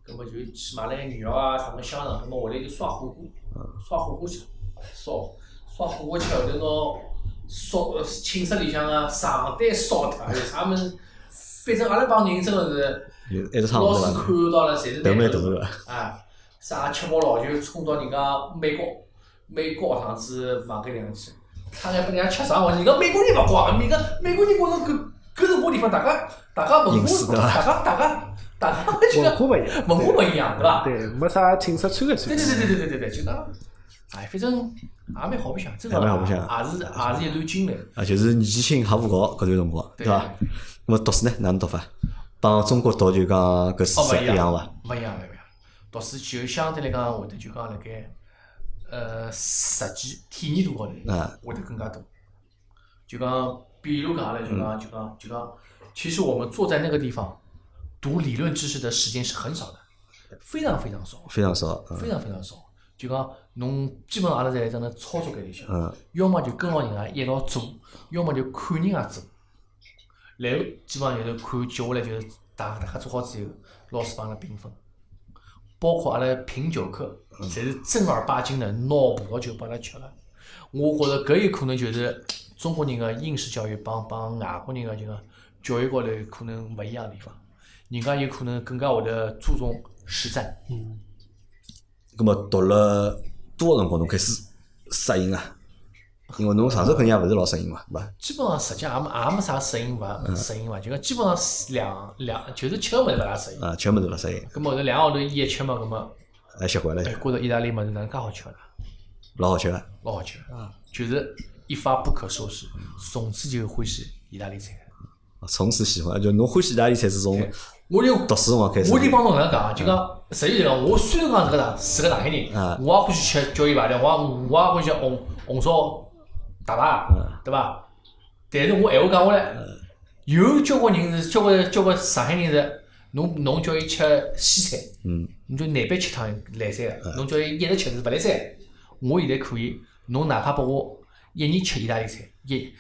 搿么就去买了眼肉啊，啥么香肠，搿么回来就涮火锅，嗯涮火锅吃，烧烧火锅吃，后头拿烧呃寝室里向个床单烧脱，还有啥物事，反正阿拉帮人真个是有一直差老勿多师伐？看到了，侪是头蛮难大受个，啊，啥吃饱老就冲到人家美国美国学堂子房间里向去，他还不人家吃啥？我人家美国人勿光，人家美国人觉着搿搿辰光地方，大家大家文饮食化，对吧大家大家大家就文讲化勿一样，文化勿一样，对伐？对，没啥寝室穿个对。穿对对对对对对对，就讲哎，反正也蛮好白相，真个也蛮好白相也是也是一段经历。啊，就是年纪轻还无搞搿段辰光，对伐？那么读书呢，哪能读法？帮中国读就讲搿哦，四勿十一一样样伐？？勿一样，勿一样。读书就相对来讲会得就讲辣盖呃实际体验度高头啊会得更加多。就讲，比如讲阿拉就嗯讲就讲就讲，其实我们坐在那个地方读理论知识的时间是很少的，非常非常少，非常少，嗯非常非常少。就讲侬基本上阿拉在在那操作搿里向，嗯要么就跟牢人家一道做，要么就看人家做。然后基本上就是看接下来就是大大家做好之后，老师帮阿拉评分，包括阿拉评球课，侪是正儿八经的拿葡萄酒帮阿拉吃的。我觉着搿有可能就是中国人的应试教育帮帮外国人的就讲教育高头可能勿一样的地方，人家有可能更加会得注重实战。嗯，咁么读了多少辰光侬开始适应啊？因为侬上手肯定也勿是老适应嘛，对伐？基本上实际也没也没啥适应伐，适应伐，就讲基本上是两两就是吃个物事勿大适应。啊，吃物事勿适应，咁么后头两个号头伊一吃嘛，咁么还习惯了哎，，觉着意大利物事哪能介好吃啊个啦，老好吃个。老好吃个，就是一发不可收拾，从此就欢喜意大利菜。啊从此喜欢，就侬欢喜意大利菜是从对我就读书辰光开始。嗯我就帮侬搿能讲，就讲实际讲，我虽然讲是个上是个上啊海人，我也欢喜吃椒盐排条，我也我也欢喜红红烧大排，嗯啊对伐？但是我闲话讲回来，有交关人是交关交关上海人是，侬侬叫伊吃西餐，嗯，侬就难办吃趟来三个，侬叫伊一直吃是勿来三个。我现在可以，侬哪怕拨我一年吃意大利菜，一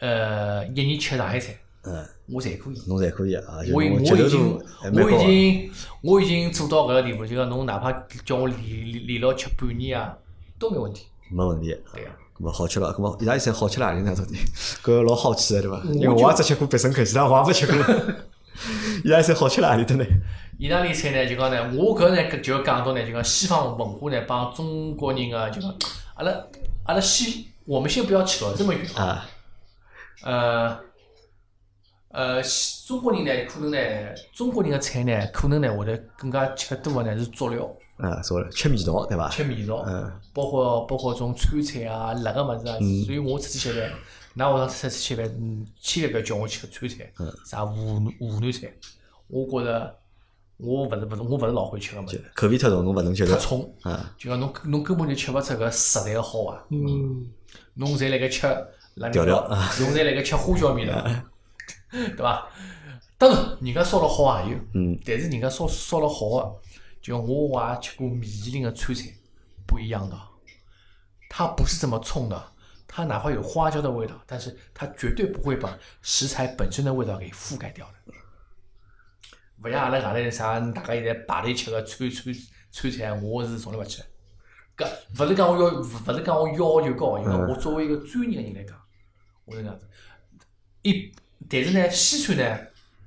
呃一年吃上海菜，嗯，我侪可以。侬侪可以啊，就我已侬接我受度已经还蛮我高已啊。经我已经做到搿个地步，就讲侬哪怕叫我连连连牢吃半年啊，都没问题。没问题。对呀、搿么好吃了，搿么意大利菜好吃哪里呢？到底？ [LAUGHS] 搿老好奇的对伐？我因为我也只吃过必胜客，其他我也没 [LAUGHS] 吃过。意大利菜好吃哪里的呢？意大利菜呢，就讲呢，我搿呢搿就要讲到呢，就讲西方文化呢帮中国人啊，就讲阿拉阿拉西，我们先不要扯这么远啊。啊，呃呃，西中国人呢，可能呢，中国人的菜呢，可能呢会得更加吃得多的呢是佐料，嗯，说了吃味道对伐？吃味道。嗯，包括包括种川菜啊、辣个物事啊，所以我出去吃饭，㑚学堂出去吃饭，嗯，千万不要叫我吃川菜，啥湖南湖南菜，我觉着我勿是勿是我勿是老会吃个物就事，口味太重，侬勿能接太受。冲，啊，就讲侬侬根本就吃勿出搿食材个好坏，嗯，侬侪辣盖吃辣调料啊 [LAUGHS] 侬侪辣盖吃花椒面了， [LAUGHS] 对伐？当然，人家烧了好啊也有，嗯，但是人家烧烧了好啊个，就我也吃过米其林的川菜，不一样的，它不是这么冲的，它哪怕有花椒的味道，但是它绝对不会把食材本身的味道给覆盖掉的。勿像阿拉外头啥，大家现在排队吃个川川川菜，我是从来勿吃。搿勿是讲我要，勿是讲我要求高，因为我作为一个专业的人来讲，我是搿样子。一，但是呢，西餐呢，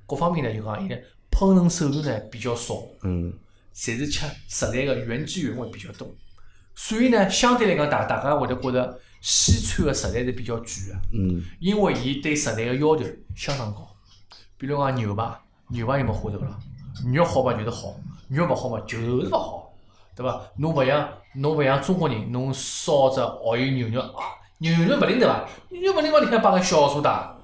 各方面呢，就讲伊呢，烹饪手段呢比较少，嗯，侪是吃食材的原汁原味比较多，所以呢，相对来讲，大大家会得觉得西餐的食材是比较贵的，嗯，因为伊对食材的要求相当高。比如讲牛排，牛排有没花头啦？肉好嘛就是好，肉勿好嘛就是勿好，对伐？侬勿像侬勿像中国人，侬烧只蚝油牛肉啊，牛肉勿灵对伐？牛肉勿灵嘛，你还摆个小苏打，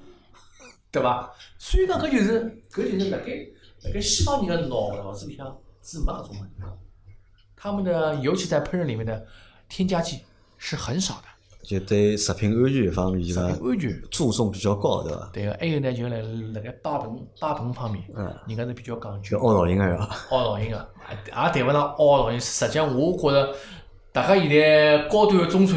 对伐？所以讲搿就是搿就是辣盖辣盖西方人的脑脑子里向是没搿种问题的，他们的尤其在烹饪里面的添加剂是很少的，就对食品安全方面就讲安全。注重比较高，对伐？对个，还有呢，就是辣辣盖摆盆摆盆方面，嗯人家是比较讲就究凹造型个呀。凹造型个，啊也也谈勿上凹造型。实际上，我觉着大家现在高端个中餐，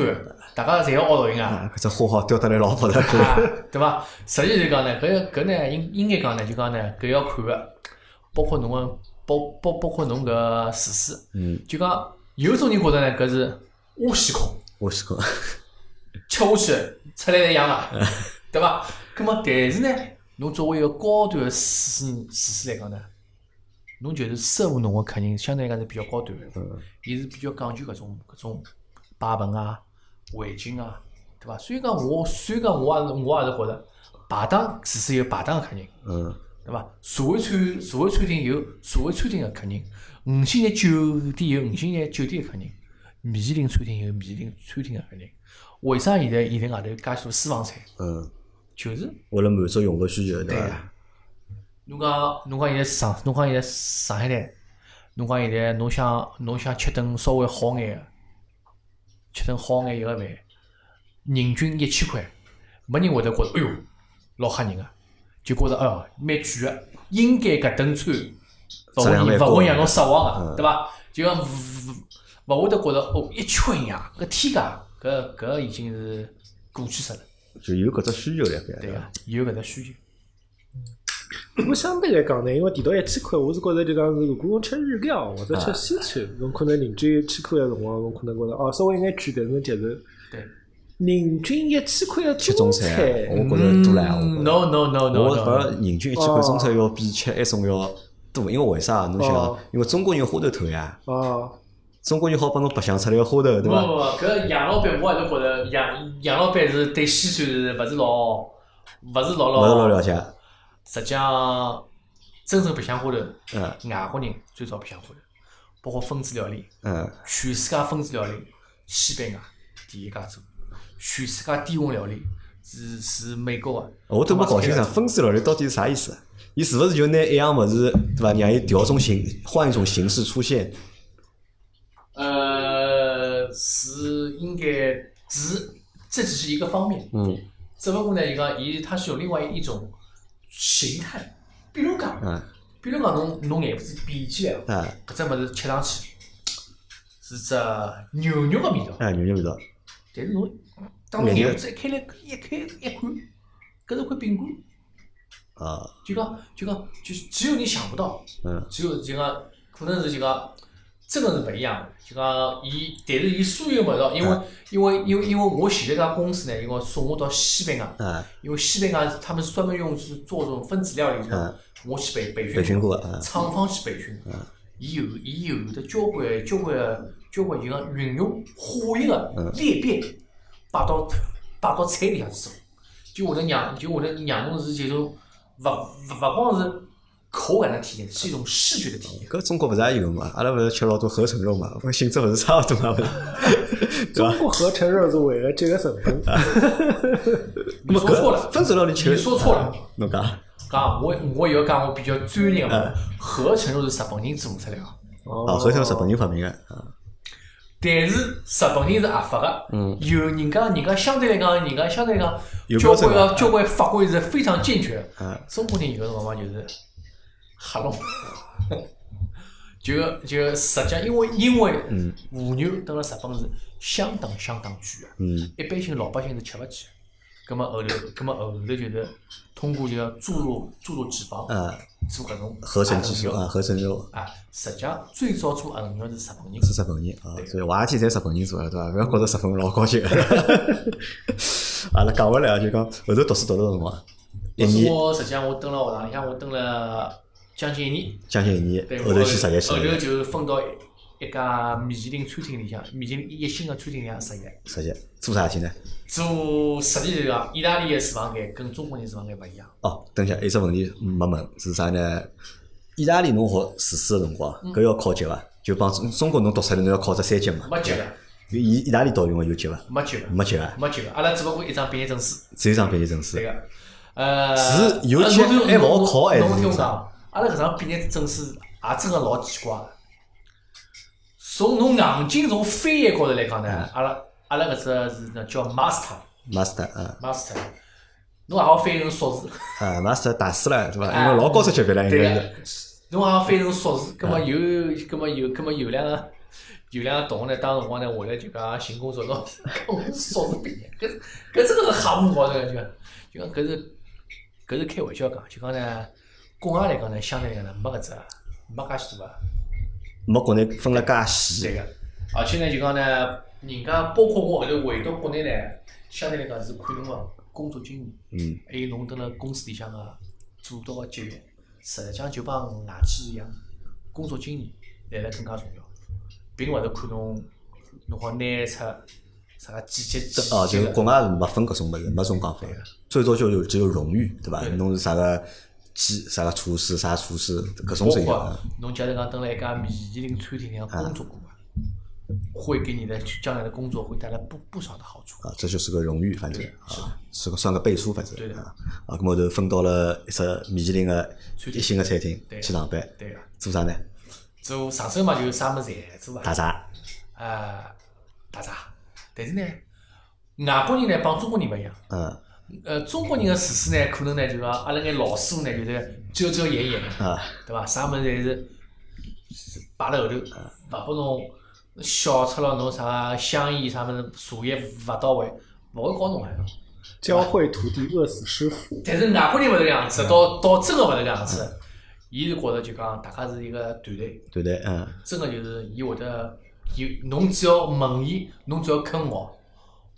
大家侪要凹造型啊，啊，搿只花好雕得来老 [LAUGHS] 白啊的。，对伐？实际就讲呢，搿搿呢应应该讲呢，就讲呢搿要看个，包括侬个包包包括侬搿厨师，嗯，就讲有种人觉着呢搿是挖西孔。我是讲，吃下去出来一样啊，对伐？那么但是呢，侬作为一个高端的厨师厨师来讲呢，侬就是收侬个客人相对来讲是比较高端的，伊是比较讲究搿种搿种摆盆啊、环境啊，对伐？所以讲我虽然讲我也是我也是觉着排档厨师有排档个客人，嗯，对伐？社会餐社会餐厅有社会餐厅个客人，五星级酒店有五星级酒店个客人，米其林餐厅有米其林餐厅的人，为啥现在现在外头介许多私房菜？嗯，就是为了满足用户需求，对伐？呀。侬讲侬讲现在上，侬讲现在上海滩，侬讲现在侬想侬想吃顿稍微好眼个，吃顿好眼一个饭，人均一千块，没人会得觉着哎哟老吓人个，就觉着哎哟蛮贵个，应该搿顿餐勿质量会蛮勿高会的让侬失望个，嗯对伐？就讲勿勿勿会得觉着哦一千呀，搿天价，搿搿已经是过去式了，就有搿只需求辣盖，对对啊个伐？，有搿只需求。我相对来讲呢，因为提到一千块，我是觉着就讲是，如果侬吃日料或者吃西哎餐，侬可能人均一千块个辰光，侬可能觉着哦稍微有眼贵，但是能接受。对，人均一千块个吃中中餐餐，，我觉着多了，我觉嗯着。 No no no 我反 no no。而人均一千块哦中餐要比吃埃种要多，因为为啥？侬想哦啊，因为中国人有花头头呀，哦，中国人好帮侬白相出来个花头，对不不伐？不，搿杨老板我还是觉着杨杨老板是对西餐是勿是老勿是老勿是老老，了解，实际上真正白相花头，嗯外国人最早白相花头，包括分子料理，嗯全世界分子料理，西班牙第一家做，全世界低温料理是是美国个。我都没搞清爽他妈是分子料理到底是啥意思。伊是勿是就拿一样物事，对伐？让伊调种形，换一种形式出现？呃，是应该只这只是一个方面，嗯只不过呢，伊讲伊它是有另外一种形态，比如讲，嗯比如讲侬侬眼子闭起来，啊搿只物事吃上去是只牛肉个味道，啊，牛肉味道，但是侬当嗯侬眼子一开来一开一看，搿是块饼干，啊就讲就讲就是只有你想不到，嗯只有就讲可能是就讲真个是勿一样的，就讲伊，但是伊所有物事，哦因为嗯因为因为因为我前头一家公司呢，因为送我到西班牙，啊因为西班牙他们是专门用是做这种分子料理嗯的，我去培培训培训过啊厂方去培训，伊有伊有的交关交关交关就讲运用化学的裂变摆到摆到菜里向去做，就会得让就会得让侬是这种勿勿勿光是口感的体验，是一种视觉的体验。搿中国勿是也有嘛？阿拉勿是吃老多合成肉嘛？搿性质勿是差勿多嘛？勿是，对伐中？国合成肉是为了节约成 [LAUGHS] 本。啊你说错了，分子料理吃，你说错了。侬讲讲我我也要讲我比较专业的，合成肉是日本人做出来的，啊，哦，合成是日本人发明个啊。但是日本人是合法的，嗯有人家人家相对来讲，人家相对来有讲，标交准关的个交关法规是非常健全的。嗯中国人有个辰光嘛，就是瞎弄，就就实际因为因为嗯和牛蹲辣日本是相当相当贵的，嗯一般性老百姓是吃勿起的。葛么后头，葛么后头就是通过就要注入注入脂肪，啊，做搿种合成技合术肉啊，合成肉啊，实际上最早做鹅肉是日本人，是日本人啊，所以话题侪日本人做的对伐？勿要觉着日本老高级。 [LAUGHS] 阿拉讲回来啊，就讲后头读书读了多少辰光，一是年我实际上我蹲辣学堂里向，我蹲了将近一年，将近一年对，，后头我去实习去后头了，就分到一家米其林餐厅里向，米其林一星个餐厅里向实习，实习做啥去呢？做实际就啊讲意大利个厨房间跟中国人厨房间勿一样，哦，等一下，有只问题没问是啥呢？意大利侬学厨师个辰光，嗯搿要考级伐？就帮中中国侬读出来侬要考只三级嘛？没级个，伊意大利导游个有级伐？没级个，没级啊，没级个，阿拉只勿过一张毕业证书，只有张毕业证书对。个，呃，是有级呃侬听还勿好考哎还是侬听我啥讲，阿拉搿张毕业证书也真个老奇怪的，从侬硬劲从翻页高头来讲呢，嗯阿拉阿拉搿只是叫 master。 master 啊 master，侬也好翻译成硕士，啊 master 大师了对伐？哎因为老高职级别了，应对啊该个是。，侬也好翻译成硕士，葛末有，葛末有，葛末有两个，有两个同学呢，当时辰光呢，回来就讲寻工作咯， [LAUGHS] 我是硕士毕业，搿是搿真啊个是瞎胡搞的，就讲就讲搿是搿是开玩笑讲，就讲呢，国外来讲呢，相对来讲呢，没搿只没介许多个。没国内分了介细对个，而且呢，就讲呢，人家包括我后头回到国内呢，相对来讲是看侬个工作经嗯验，还有侬蹲辣公司里向个做到个绩效，实际上就帮外企一样，工作经验来了更加重要，并勿是看侬侬好拿出啥个季节绩哦，就绩是了国外是没分搿种物事，没种讲法。最多就有只有荣誉，对伐？啊对啊侬是啥个技啥个厨师，啥厨师搿种包职业。括啊侬假如讲蹲辣一家米其林餐厅里向工作过啊，会给你的将来的工作会带来不不少的好处。啊，这就是个荣誉，反正啊，是个算个背书，反正对的啊。啊，咁我就分到了一只米其林个餐一厅星个餐厅对去上班，对个，做啥呢？做上手嘛就是啥么子侪做啊打，杂。啊打杂。但是呢，外国人呢帮中国人勿一样。嗯呃，中国人的厨师呢，可能呢就是讲阿拉眼老师傅呢，就是遮遮掩掩，啊，对伐？啥物事侪是摆辣后头，勿拨侬小出了侬啥香烟啥物事茶叶勿到位，勿会教侬个。教会徒弟饿死师傅，但是外国人勿是搿样子，到到真个勿是搿样子，伊是觉着就讲大家是一个团队，对的，嗯真个就是伊会得，伊侬只要问伊，侬只要肯学，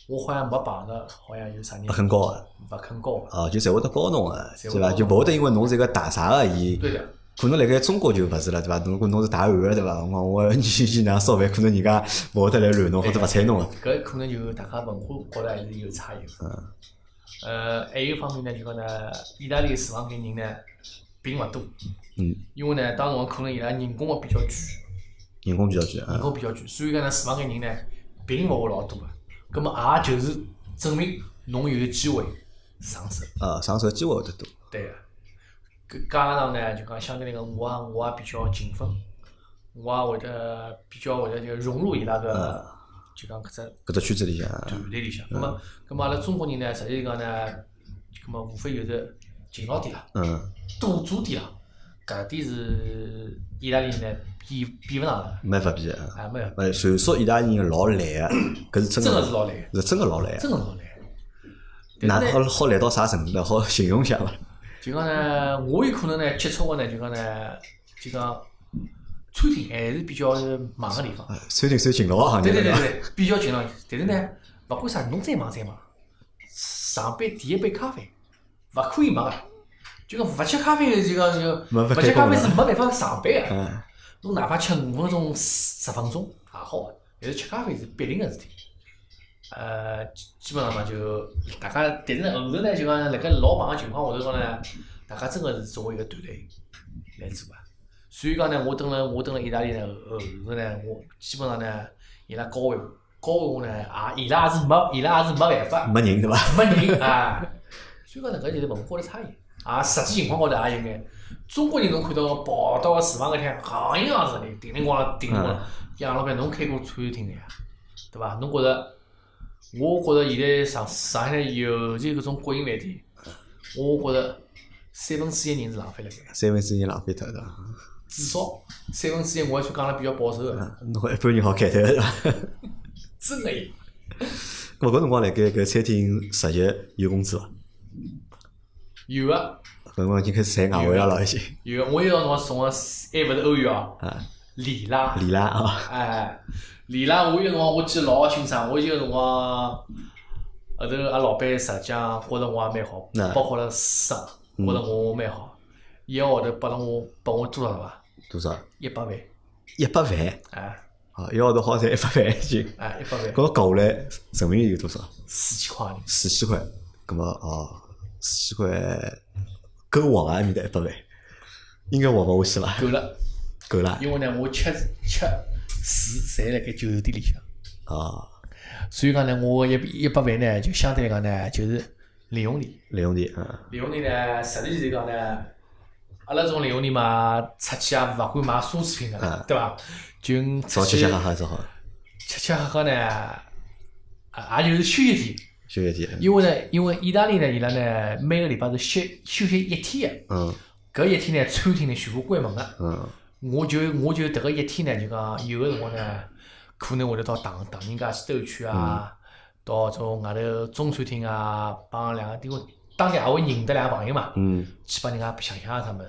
我好像没碰着，好像有啥人不肯教的勿肯教个，啊，就侪会得教侬个，侪会对伐？教就勿会得因为侬是一个打杂个伊。对的。可能辣盖中国就勿是了，对伐？如果侬是打碗个，对伐？我我你去哪烧饭，可能人家勿会得来乱侬或者勿睬侬个。搿可能就是大家文化高头还是有差异。嗯。呃，还有一方面呢，就讲呢，意大利厨房搿人呢，并勿多，嗯，因为呢，当辰光可能伊拉人工个比较贵，人工比较贵，人嗯工比较贵，所以讲呢，厨房搿人呢，并勿会老多个。葛么也就是证明侬有机会上手，啊，上手机会会得多。对个。搿加上呢，就讲相对来讲，我也我也比较勤奋，我也会得呃比较会得就融入伊拉个，就讲搿只嗯搿只圈子里向，嗯团队里向。那么，那么阿拉中国人呢，实际讲呢，那么无非就是勤劳点啦，啊嗯，多做点啦。搿点是意大利人呢比比勿上的，没法比啊。还没有，呃，传说意大利人老懒个，搿是真真个个是，老累，是真个老懒啊。真个是老累。哪但是好呢，好懒到啥程度呢？好形容一下伐？就讲呢，我有可能呢接触个呢，就讲呢，就讲餐厅还是比较忙个地方。餐厅算勤劳个行业对对对伐？对，比较勤劳。但是呢，勿管啥，侬再忙再忙，上班第一杯咖啡勿可以没个。就讲勿吃咖啡，就讲就没勿法吃开咖工啡了是没办法上班个。嗯，侬哪怕吃五分钟、十分钟也好个，但是吃咖啡是必定个事体。呃，基基本上嘛就大家，但是呢后头呢就讲辣盖老忙个情况下头讲呢，大家真个是作为一个团队来做啊。所以讲呢，我蹲辣我蹲辣意大利呢后后头呢，我基本上呢，伊拉教会教会我呢，也伊拉也是没伊拉也是没办法，嗯没人对伐？没人啊。 [LAUGHS] 所以讲呢，搿就是文化的差异。啊，实际情况高头也有眼。中国人侬看到跑到厨房搿天，行业行市里，叮铃咣啷，叮铃咣啷。杨老板，侬开过餐厅的呀，对伐？侬觉着？我觉着现在上上海尤其搿种国营饭店，我觉着三分之一人是浪费了该，三分之一浪费脱对伐？至少三分之一，我还算讲了比较保守个，嗯侬一般人好开脱对伐？真个有。咾搿辰光辣盖搿餐厅实习有工资伐？有个搿辰光已经开始赚外汇了咯，已经有啊个，我有辰光送个还勿是欧元哦，啊，里拉。里拉啊，哎，里拉我有辰光我记得老清爽，我有辰光后头阿老板实际上觉着我也蛮好，嗯包括了师啊，觉着我蛮好，一个号头拨了我拨我多少伐？多少？一百万，一百万哎啊，一个号头好赚一百万已经。哎，一百万，搿搞下来人民币有多少？四千块钿，四千块，葛末哦，四千块够啊活伐？埃面搭一百万，应该活勿下去伐？够了。够啦，因为呢，我吃吃住侪辣盖酒店里向，啊，所以讲呢，我一一百万呢，就相对来讲呢，就是零用钿。零用钿，嗯，零用钿呢，实际是讲呢，阿拉种零用钿嘛，出去也勿敢买奢侈品个嗯啦，对伐？就少出吃去吃喝喝只好，吃吃喝喝呢，啊，也就是休息天。休息天，因为呢，因为意大利呢，伊拉呢每个礼拜是休休息一天嗯个，搿一天呢，餐厅呢全部关门个。嗯，我就我就迭个一天呢，就讲有个辰光呢，可能会得到唐唐人街去兜圈嗯啊，到种外头中餐厅啊，帮两个，因为当地也会认得两个朋友嘛。嗯，去帮人家想想他们，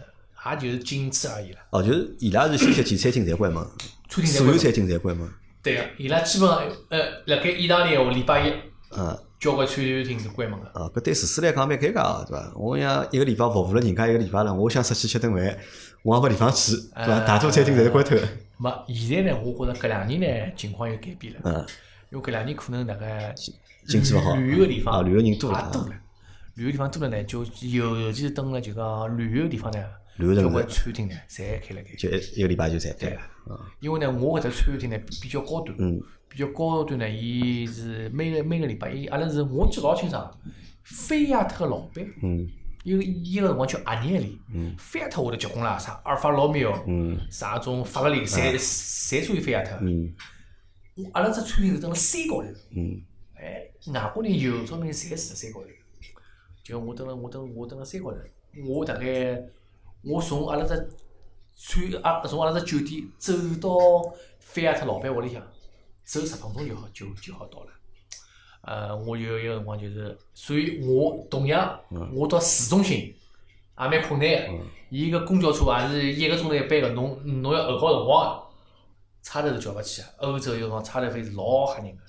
也就是仅此而已了。哦，就是伊拉是休息天，餐厅侪关门，餐厅所有餐厅侪关门，对个，伊拉基本上呃，辣盖意大利闲话，礼拜一嗯，交关餐厅是关门个。啊，搿对厨师来讲蛮尴尬啊个，对伐？我想一个礼拜服务了人家一个礼拜了，我想出去吃顿饭，我也没地方去，对伐？呃大多餐厅侪是关脱的，没，现在呢，我觉着搿两年呢情况有改变了，嗯，因为搿两年可能大概经济勿好旅游个地啊方旅游人多了也多了，旅游地方多了呢，就尤尤其是等了就讲旅游地方呢，旅游的交关人餐厅呢，侪开了开。就一一个礼拜就散开了。因为呢，我搿只餐厅呢比比较高端，嗯比较高端呢，伊是每个每个礼拜，伊阿拉是我记得老清爽，菲亚特老板，嗯，有伊个辰光叫阿涅里，菲亚特我头结棍啦，啥阿尔法罗密欧，啥种法拉利，侪侪属于菲亚特，嗯我阿拉只餐厅是登了山高头，嗯哎，外国人有照明侪住山高头，就我登了我登我登了山高头，我大概我从阿拉只餐阿从阿拉只酒店走到菲亚特老板屋里向，走十分钟就好就就好到了。呃，我有一个辰光就是，所以我同样我到市中心也蛮困难个，伊个公交车也是一个钟头一班个，侬侬要候好辰光的，差头是叫勿起啊。欧洲有辰光差头费是老吓人个。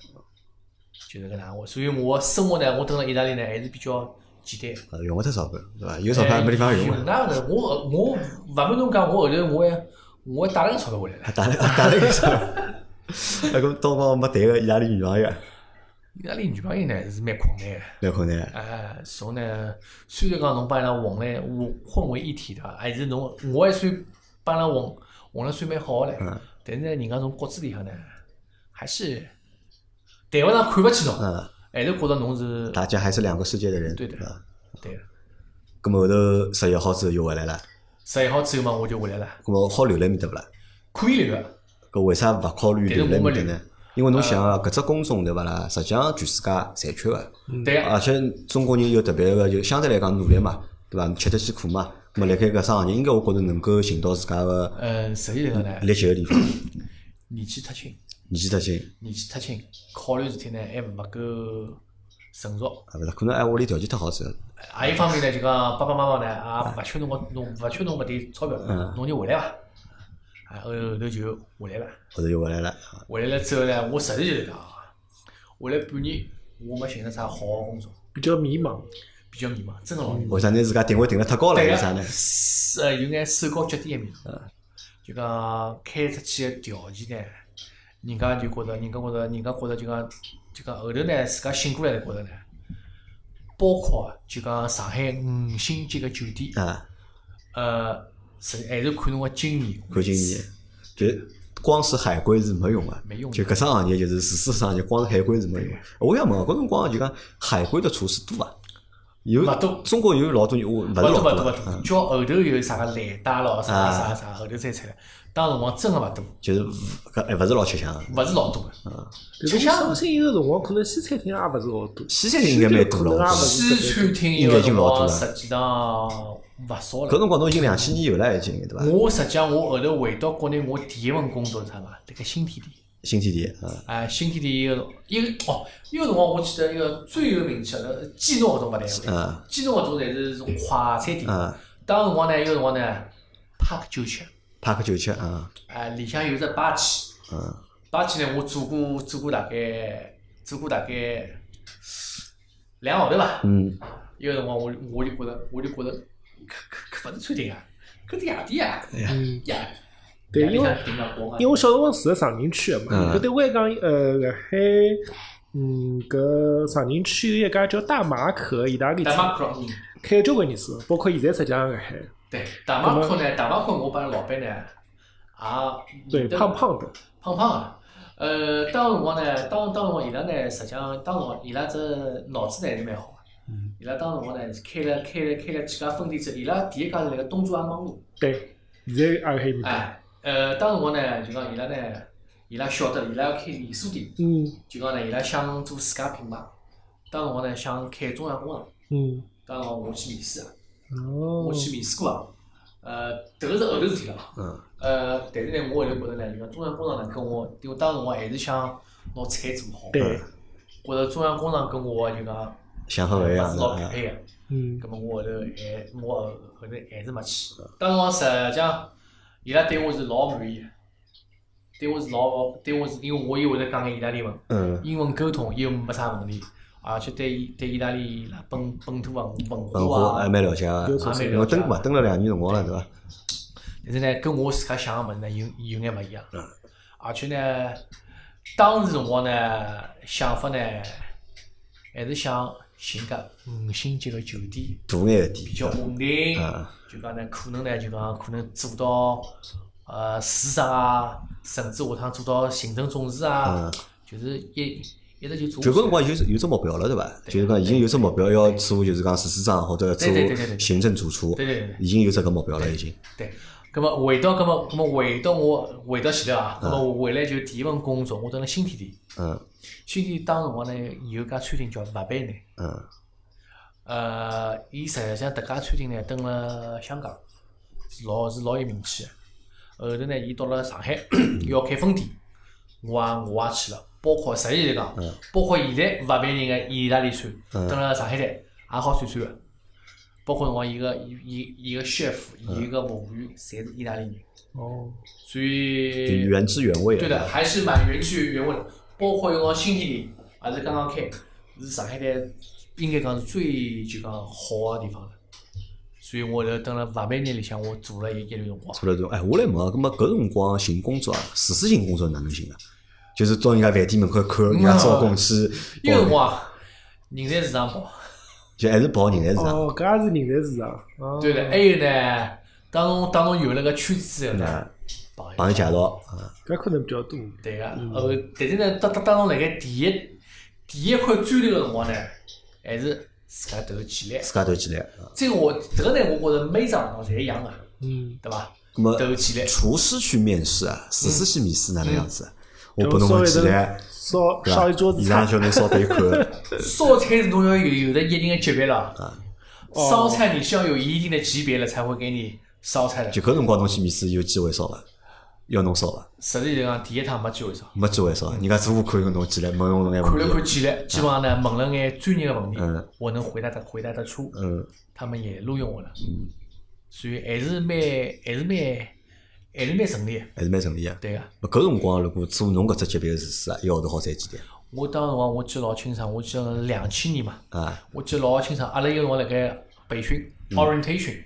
就是搿能样，我所以我生活呢，我蹲辣意大利呢还是比较简单。呃用勿着钞票，对伐？有钞票也没地方用哎有啊。哪能？我我勿瞒侬讲，我后头我还我还带了个钞票回来了还。打了打了一场，那个到光没谈个意大利女朋友，意大利女朋友呢是蛮困难个，蛮困难。哎，从呢虽然讲侬帮伊拉混来混混为一体对伐？还是侬我还算帮伊拉混混了算蛮好个唻嗯。但是呢，人家从骨子里向呢还是谈勿上看勿起侬，嗯，还是觉着侬是大家还是两个世界的人，对的对吧？对个。咁么后头十一号之后就回来了，十一号之后嘛，我就回来了，咁么好留辣面搭勿啦？可以留个。搿为啥勿考虑留辣面搭但是我没呢？因为侬想啊，搿只工种对勿啦？实际上全世界侪缺个，对个。而且中国人有特别个，就相对来讲努力嘛，对伐？吃得起苦嘛。咁么辣盖搿只行业，应该我觉着能够寻到自家个嗯，实际来讲呢，立脚个地方，年纪太轻，年纪特轻，年纪太轻，考虑事体呢还勿够成熟。啊，勿是可能哎，屋里条件太好之后，还有一方面呢，就讲爸爸妈妈呢也勿缺侬个侬勿缺侬搿点钞票，侬就回来伐。啊，后后头就回来了，后头就回来了。啊回来了之后呢，我实际就是讲啊，回来半年我没寻着啥好个工作，比较迷茫。比较迷茫，真个老迷茫。为啥拿自家定位定得太高了？对为个啥呢？是呃，有眼手高脚低一面，啊就讲开出去个条件呢，人家就觉着，人家觉着，人家觉着就讲，就讲后头呢，自家醒过来就觉着呢，包括就讲上海五星级个酒店，啊，呃，是还是看侬个经验，看经验，就是光是海归是没用的，没用的就搿只行业就是厨师行业，光是海归是没用的。我想问，搿辰光就讲海归的厨师多伐？有勿多中国有老多，我勿是勿多老勿多多勿啊，多，叫后头有啥个蓝带咯，啥啊啥啥，后头再出来，当辰光真个勿多，就是搿还勿是老吃香的。勿是老多个。但是我相信有个辰光可能西餐厅也勿是老多，西餐厅应该蛮多了西餐厅可能也我觉勿得啊应该已经老多西餐厅有个辰光是特别了实际上勿少了搿。辰光侬已经两千年有了，已经对伐？我实际上我后头回到国内，我第一份工作是啥嘛？这个新天地。新天地啊，啊，新天地一个一个哦，一个辰光我记得一个最有名气的鸡肉搿种勿对，啊鸡肉搿种侪是种快餐店。啊，当辰光呢，有辰光呢，拍克九七，帕克九七啊，啊，里向有只吧器，嗯，吧器呢，我做过做过大概做过大概两个号头伐。嗯，有辰光我就我就觉着我就觉着，搿搿搿勿是餐厅啊，搿是夜店啊，嗯，夜对夜里因为向订个光啊因为我小辰光住在长宁区的嘛，嗯搿对我来讲，呃，辣海，嗯，搿长宁区有一家叫大马可的意大利大马餐，克，嗯，开了交关年数了，包括现在实际上辣海，对，大马克呢，大马克我帮老板呢，啊，对，都胖胖的，胖胖啊，呃，当辰光呢，当当辰光伊拉呢，实际上当辰光伊拉只脑子呢还是蛮好的。嗯伊拉当辰光呢，开了开了开了几家分店之后，伊拉第一家是辣盖东洲安邦路，对，现在也辣海面搭，哎，呃，当辰光呢，就讲伊拉呢，伊拉晓得伊拉要开连锁店，嗯就讲呢，伊拉想做自家品牌，当辰光呢想开中央工厂，嗯，当辰光我去面试啊，哦我，去面试过啊，呃，迭个是后头事体了。嗯，呃，但是呢，我后头觉着呢，就讲中央工厂呢，跟我，因为当时我还是想拿菜做好，对，觉着中央工厂跟我就讲想法勿勿一是样的老匹啊，配个，嗯葛末我后头还我后后头还是没去。当时我实际上，伊拉对我是老满意，个，对我是老对我是因为我又会得讲个意大利文，嗯，英文沟通又没啥问题，而且对伊对意大利伊拉本本土文文文化哎化还啊，蛮了解有个，所也蛮我了解蹲过嘛，蹲了两年辰光了，对伐？但是呢，跟我自家想个物事呢，有有眼勿一样。而且呢，当时辰光呢，想法呢，还是想性价五星级个酒店大眼一比较点，稳定啊，就讲呢，可能呢就讲啊可能做到呃市长啊，甚至下趟做到行政总裁嗯啊，就是一一直就做。就搿辰光有有只目标了，对伐？就是讲已经有只目标要做，就是讲市市长或者做对对对对对行政主厨对，对对。已经有这个目标了，已经。对，咁么回到咁啊么咁么回到我回到前头啊，咁么回来就第一份工作，我到了新天地，嗯新天地当辰光呢有一家餐厅叫麦贝呢，嗯呃，伊实际上迭家餐厅呢登了香港，是老是老有名气的。后头呢，伊到了上海 [COUGHS] 要开分店，我也我也去了，包括实际来讲，包括现在勿贝人个意大利餐，嗯登了上海滩也好涮涮个，包括辰光伊个伊伊伊个 chef，伊个服务员侪是意大利人。哦，就所以原汁原味对的，还是蛮原汁原味的。包括有光新天地，也是刚刚开，是上海滩应该讲是最就讲好的地方了。所以我就等了万万年里向，我做了一一段辰光。出来之后，哎，我来问啊，葛么搿辰光寻工作啊，自私性工作哪能寻啊？就是到人家饭店门口看人嗯家招工去，一个辰光啊，人才市场跑，就还是跑人才市场。哦，搿也是人才市场。哦对的。还有呢，当侬当侬有了个圈子之后呢嗯，朋朋友介绍，嗯搿可能比较多。对个，呃，但是呢，当当当侬辣盖第一第一块砖头个辰光呢，还是自家投简历。自家投简历。嗯这个我这个呢，我觉着每张网侪一样个，嗯，对伐？葛么投简历，厨师去面试啊，厨师去面试哪能样子啊？我嗯就拨侬稍份微简历，能烧对伐烧一桌？子现菜场，叫侬烧杯看，烧菜是侬要有有的一定的级别了，哦烧菜你是要有一定的级别了才会给你烧菜 [LAUGHS] 的。就搿辰光侬去面试有机会烧伐？要侬烧伐？实际上第一趟没机会上，没机会烧，人家只顾看侬简历，问侬眼看了问看题。简历，基本上呢问了眼专业的问题嗯，我能回答得回答得出，嗯，他们也录用我了，所以还是蛮还是蛮还是蛮顺利的，还是蛮顺利啊。对个、搿辰光如果做侬搿只级别的厨师啊，一个号头好赚几钿我当辰光我记得老清爽，我记得两千年嘛，啊？我记得老清爽，阿拉有辰光辣盖培训 orientation，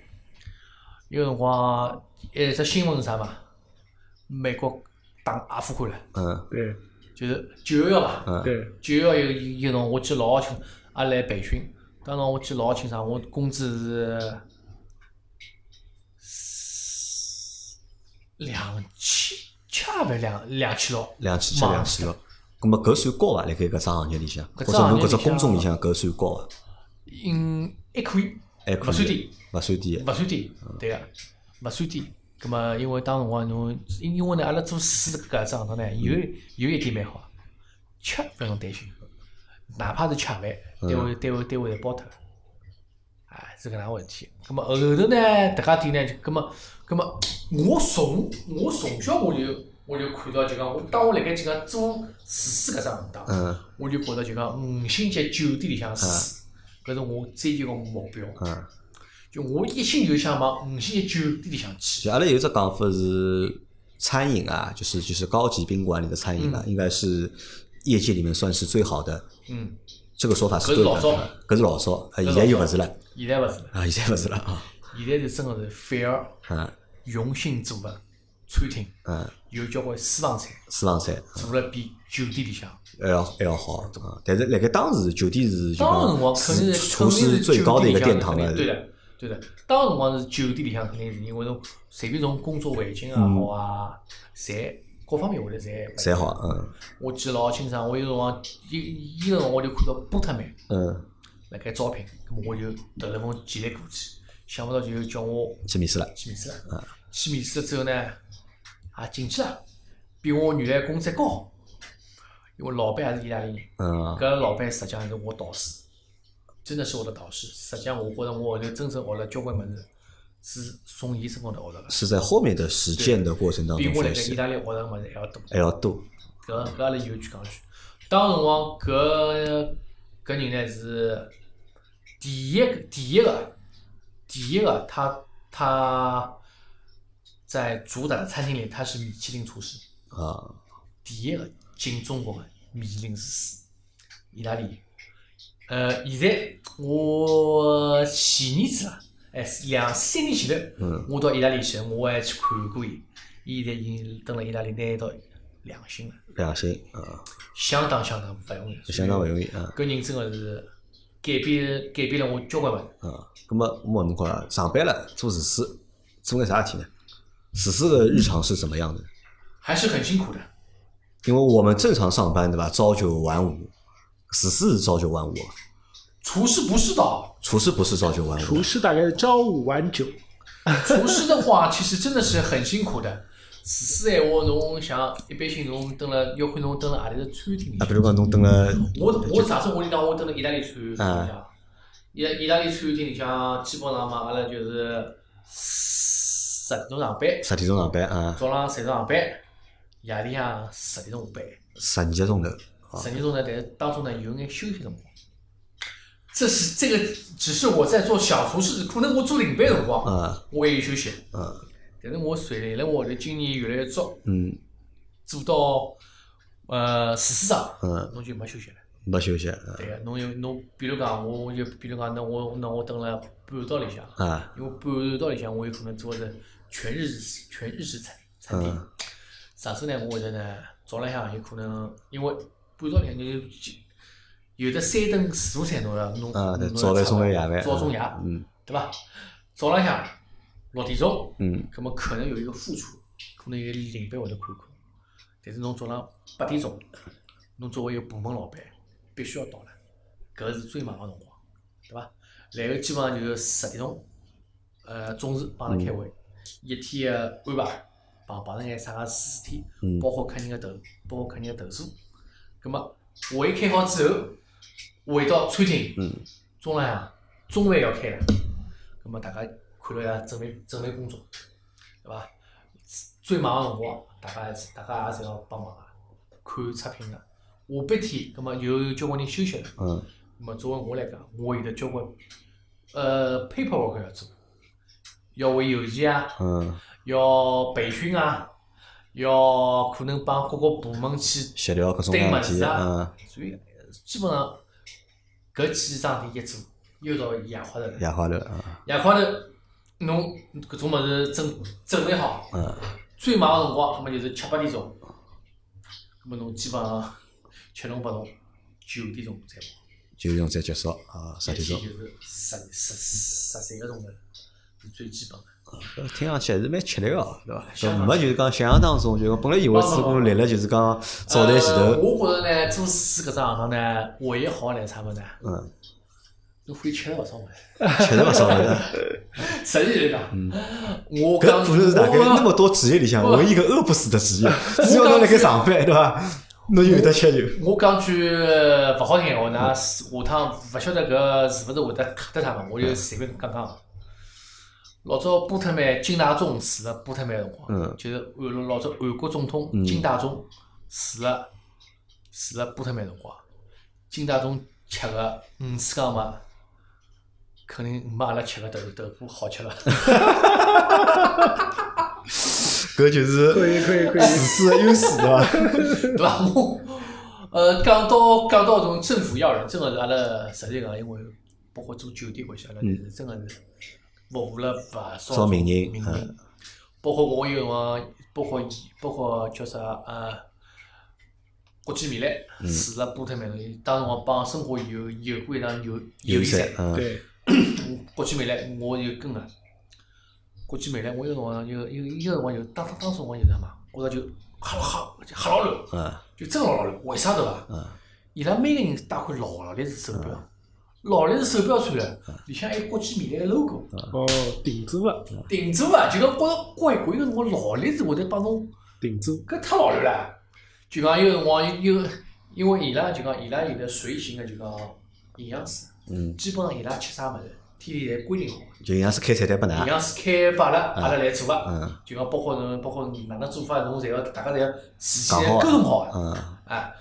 有辰光一只新闻是啥嘛？美国打阿富汗了，嗯对就是九幺幺嘛，嗯。对，九幺幺有有辰光我记得老清，阿拉来培训，当时我记得老清爽，我工资是两千，恰勿两两千六，两千七、嘛两千六。咁么搿算高伐？辣盖搿只行业里向，或者搿只侬行业搿里只向工种里向搿算高伐？嗯，还可以，还可以勿算低。勿算低。勿算低，对个，勿算低。葛末因为当辰光侬，因因为呢，阿拉做水搿只行当呢，有有一点蛮好，吃勿用担心，哪怕是吃饭，单位单位单位侪包脱了，啊，是搿能回事体。葛末后头呢，迭家店呢，就葛末葛末，啊我从我从小我就我就看到就讲，我当我辣盖就讲做厨师搿只行当，嗯我就觉着就讲五星级酒店里向啊厨师，搿是我追求个目标。嗯，就我一心就想往五星级酒店里向去。就阿拉有只讲法是，餐饮啊，就是就是高级宾馆里的餐饮啊，应该是业界里面算是最好的。嗯，这个说法是搿对是的老早，搿是老早，呃现搿是在又老勿早是了现在勿是了，啊，现在勿是了啊，现在是真个是反而嗯用心做个餐厅嗯，有交关私房菜私房菜做了比酒店里向，还要还要好啊，但是辣盖当时酒店是就当讲辰光肯定是厨肯定师是最高酒的一店个殿里向堂肯定了，对的对的，当辰光是酒店里向肯定是因为侬随便从工作环境也好嗯啊，侪各方面我觉得侪侪好，嗯我记得老清爽，我有辰光一一个辰光我就看到波特曼。嗯，辣盖招聘，咁么我就投了份简历过去，想勿到就叫我去面试了，去面试了。去面试了之后呢，也进去了，比我原来工资高，因为老板也是意大利人，嗯搿老板实际上是我导师，真的是我的导师。实际上我觉着我后头真正学了交关物事，是从伊身高头学的，是在后面的实践的过程当比中我辣学盖意习，大利学的物事还要多。还要多。搿搿阿拉有句讲句，当辰光搿搿人呢是第一个第一个第一个，他他在主打的餐厅里他是米其林厨师，啊，第一个进中国的米其林厨师，意大利人。呃，现在我前年子啊，哎，两三年前头，嗯我到意大利去，我还去看过伊，伊现在已经蹲辣意大利拿到两星了。两星啊，相当相当勿容易，相当勿容易啊。搿人真个是改变改变了我交关物事。嗯，那么我问侬讲啊，上班了做厨师，做眼啥事体呢？厨师的日常是怎么样的？还是很辛苦的。因为我们正常上班对吧？朝九晚五，厨师是朝九晚五吧，厨师不是的哦，厨师不是朝九晚五厨吧。师大概是朝五晚九， [LAUGHS] 厨师的话，其实真的是很辛苦的。厨师闲话，侬像一般性侬蹲了，要看侬蹲了何里个餐厅里啊，向。比如讲侬等了，我我上次我跟你讲，我蹲了意大利餐厅嗯里向，意大意大利餐厅里向基本上嘛，阿拉就是十点钟上班，十点钟上班啊，早浪十点钟上班，夜里向十点钟下班。十二个钟头啊十，点钟呢，但是当中呢有眼休息辰光。这是这个，只是我在做小厨师，可能我做领班辰光，啊我也有休息。啊但是我随了我的经验越来越足，嗯做到呃厨师长，嗯，侬就没休息了。没休息啊对个，侬有侬，比如讲，我我就比如讲，那我那我等了半道里向，啊因为半道里向我有可能做的全日制全日制餐餐厅。嗯上次呢，我会得呢，早浪向有可能因为半道里向就是有的三顿自助餐侬要弄啊，对弄早饭、中饭、夜饭，早中夜，嗯对伐？早浪向六点钟。嗯葛末可能有一个副厨，可能有领班会得看看。但是侬早浪八点钟，侬作为一个部门老板，必须要到了，搿是最忙个辰光，对伐？然后基本上就是十点钟，呃，中午帮阿拉开会，一天个安排，碰碰着眼啥个事体，嗯包括客人个投，包括客人个投诉。葛末会开好之后，回到餐厅，嗯中浪向中饭要开了，葛末大家看了一下准备准备工作，对伐？最忙个辰光，大家也是大家也是要帮忙个，啊看啊测评个。下半天，葛末有交关人休息了，嗯葛末作为我来讲，我有得交关呃 paperwork 要做，要回邮件啊，嗯，要培训啊，要可能帮各个部门去协调各种各样的事体啊，所以呃基本上搿几桩事体一做，又到夜快头了。夜花头啊，夜快头，侬搿种物事准准备好，嗯最忙个辰光，葛末就是七八点钟，葛末侬基本上七弄八弄九点钟才跑，就用再结束啊，十一点天钟。就是十十十三个钟头是最基本的。搿听上去还是蛮吃力个，对伐？相搿当没就是讲想象当中，就是讲本来以为只不过立了就是讲早台 [LAUGHS] 前呃头，我觉着呢，做厨师搿只行当呢，唯一好呢啥物事呢？嗯，侬可以吃了勿少物事。确实勿少了。实际来讲，我讲嗯搿不是大概我那么多职业里向我唯一一个饿不死的职业，只要侬辣盖上班，对伐？侬就有得吃就。我讲句勿好听闲话，㑚下趟勿晓得搿是勿是会得卡得他们，嗯我就随便讲讲。老早波特曼金大中死了，波特曼的辰光，嗯就是韩老早韩国总统嗯金大中死了，死了波特曼的辰光，金大中吃个嗯五四江嘛，肯定没阿拉吃个豆豆腐好吃了。搿就是可以可以可以厨师的优势，对伐？对伐？我呃，讲到讲到种政府要人，真个是阿拉实际讲，因为包括做酒店搿些，阿拉是真个是服务了勿少少民营民营，包括我有辰光，包括包括叫啥呃，国际米兰住了波特曼，当时我帮申花有有过一场友友谊赛赛，，嗯对，国际米兰我有跟个。啊国际米兰，我有辰光有有有辰光有当当当时我有什么，我就吓吓吓老乱，嗯就真老老乱，为啥对伐？嗯伊拉每个人带块劳劳力士手表，劳力士手表穿的，里向还有国际米兰的 logo，哦，顶住个，顶住啊！就讲觉怪怪，有辰光劳力士会得帮侬，顶住，搿太老乱了。就讲有辰光有，有因为伊拉就讲伊拉有的随行的就讲营养师，嗯，基本上伊拉吃啥物事，天天侪规定好的，就像是开菜单拨营㑚，养师开摆了，阿拉来做啊。嗯就讲包括侬，包括哪能做法，侬侪要大家侪要事先讲好沟通好的。嗯哎，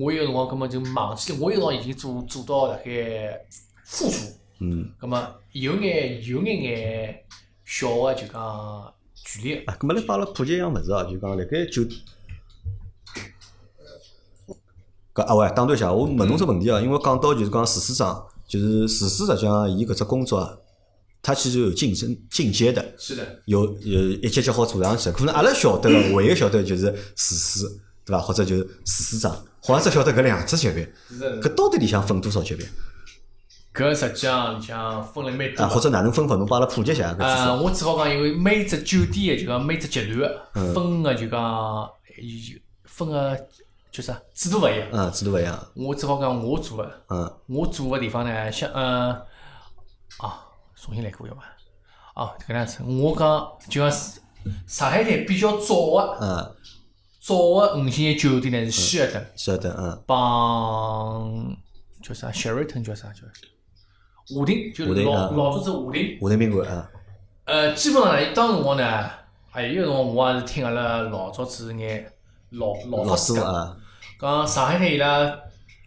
我有辰光根本就忘记了，我有辰光已经做做到大概副厨，嗯。葛么有眼有眼眼小个就讲距离，啊，搿么来帮阿拉普及一样物事哦，就讲辣盖酒。搿啊喂，打断一下，我问侬只问题哦，因为讲到就是讲厨师长，就是厨师实际上伊搿只工作啊，它其实有竞争进阶的，是的，有有一级级好做上去的。可能阿拉晓得个，唯一晓得就是厨师，对伐？或者就是厨师长，好像只晓得搿两只级别，是的，搿到底里向分多少级别？搿实际上像分类蛮多啊，的或者哪能分法？侬帮阿拉普及一下搿知呃，识。我只好讲，因为每只酒店就讲每只集嗯团分个就讲分个叫啥制度勿一样。嗯，制度勿一样。我只好讲我做个，嗯，我做个地方呢，像呃啊，重新来过要伐？啊，搿能样子，我讲就讲上海滩比较早个嗯，早个五星级酒店呢是希尔顿晓得。嗯，帮叫啥 Sheraton 叫啥叫华庭，就华是庭老啊老早子华庭。华南宾馆啊，呃，基本上呢，当辰光呢，还有一个辰光我也是听阿拉老早子眼老老老法师师傅讲，啊，讲上海滩伊拉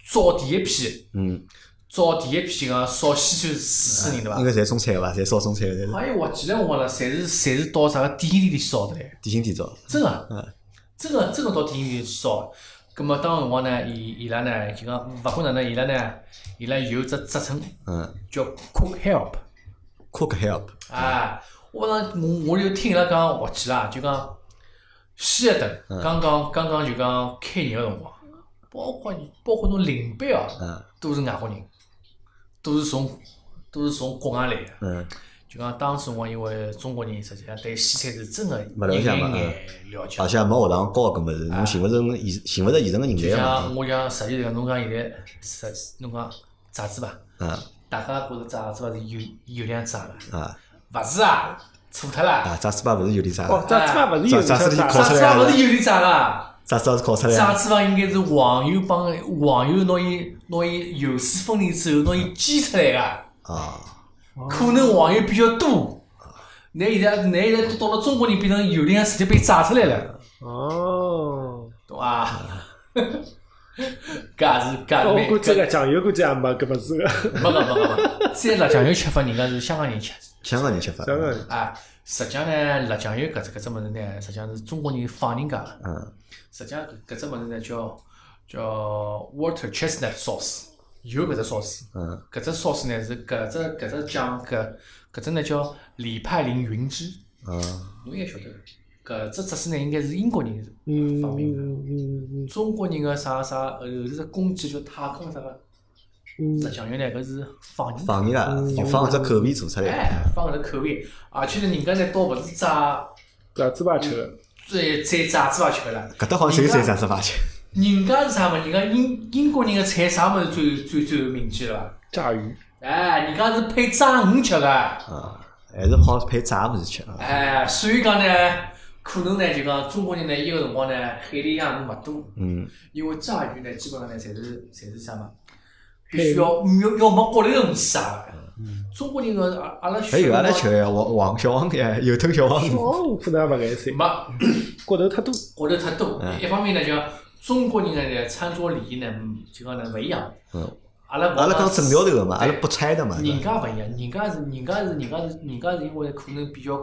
造第一批，嗯，造第一批讲烧西餐四川人对伐应？该侪中餐吧，侪烧中餐，侪是好像我记得我了，侪是侪是到啥个点心店里烧的嘞，点心店招。真个嗯，真个真个到点心店里烧的。葛么当辰光呢，伊伊拉呢就讲，勿管哪能，伊拉呢，伊拉有只职称嗯叫 cook help。 ，cook help。哎，我上我我就听伊拉讲滑稽啦，就讲希尔顿刚刚刚刚就讲开业个辰光，包括包括侬领班哦，嗯都是外国人，都是从都是从国外来个。嗯就讲当时辰光，因为中国人实际上对西餐是真个没了一解眼嘛眼了解而。且也没学堂教搿物事，侬寻勿着现寻勿着现成个人就才像嘛。我讲，实际上侬讲现在实侬讲炸子吧，嗯大家觉着炸子吧是油油量炸了，啊勿是啊，错脱啦。啊，炸猪排勿是有点啥？哦，这这勿是有这这是啥烤炸出子来吧了勿是油里炸个，炸猪排是烤出来炸的。子吧应该是黄油帮黄油拿伊拿伊油水分离之后拿伊煎出来个，啊，可能黄油比较多。那现在那现在到了中国人变成油里向直接被炸出来了，哦，懂伐？ [LAUGHS] 搿也是搿哦我也估计是个酱油估计也没搿么子个，没没没没 [LAUGHS] 没，三辣酱油吃法人家是香港人吃香港人吃法。真个。啊。实际上呢，辣酱油搿只搿只物事呢，实际上是中国人放人家个。嗯实际上搿搿只物事呢叫叫 water chestnut sauce，有搿只 sauce。嗯搿只 sauce 呢是搿只搿只酱搿搿只呢叫李派林云芝，嗯侬应该晓得。搿只汁水呢应该是英国人嗯发明的。嗯嗯中国人个啥啥呃后头只公鸡叫太公啥个，嗯只酱油呢搿是放人放盐啦，就放只口味做出来。哎放搿口味，而且呢人家呢倒勿是炸嗯，猪排吃个。最最炸子也吃个啦。搿搭好像只有三炸猪排吃。人家是啥物？人家英英国人个菜啥物事最最最有名气了伐？炸鱼，哎，人家是配炸鱼吃个，啊，还是好配炸物事吃啊。哎，所以讲呢，可能呢就讲中国人呢，伊个辰光呢，海里养鱼勿多，嗯因为炸鱼呢，基本上呢，侪是侪是啥嘛，必须要要要没国内个鱼啥个。中国人个阿阿拉还学有阿拉个吃个呀，黄黄小黄呀，油头小嗯黄鱼。哦，可能也勿爱吃，没骨头太多。国头太多，嗯一方面呢，就讲中国人呢餐桌礼仪呢，嗯就讲呢勿一样。嗯，阿拉勿阿拉讲正调头个嘛，阿对拉不拆的嘛。人家勿一样，人家是人家是人家是人家是因为可能比较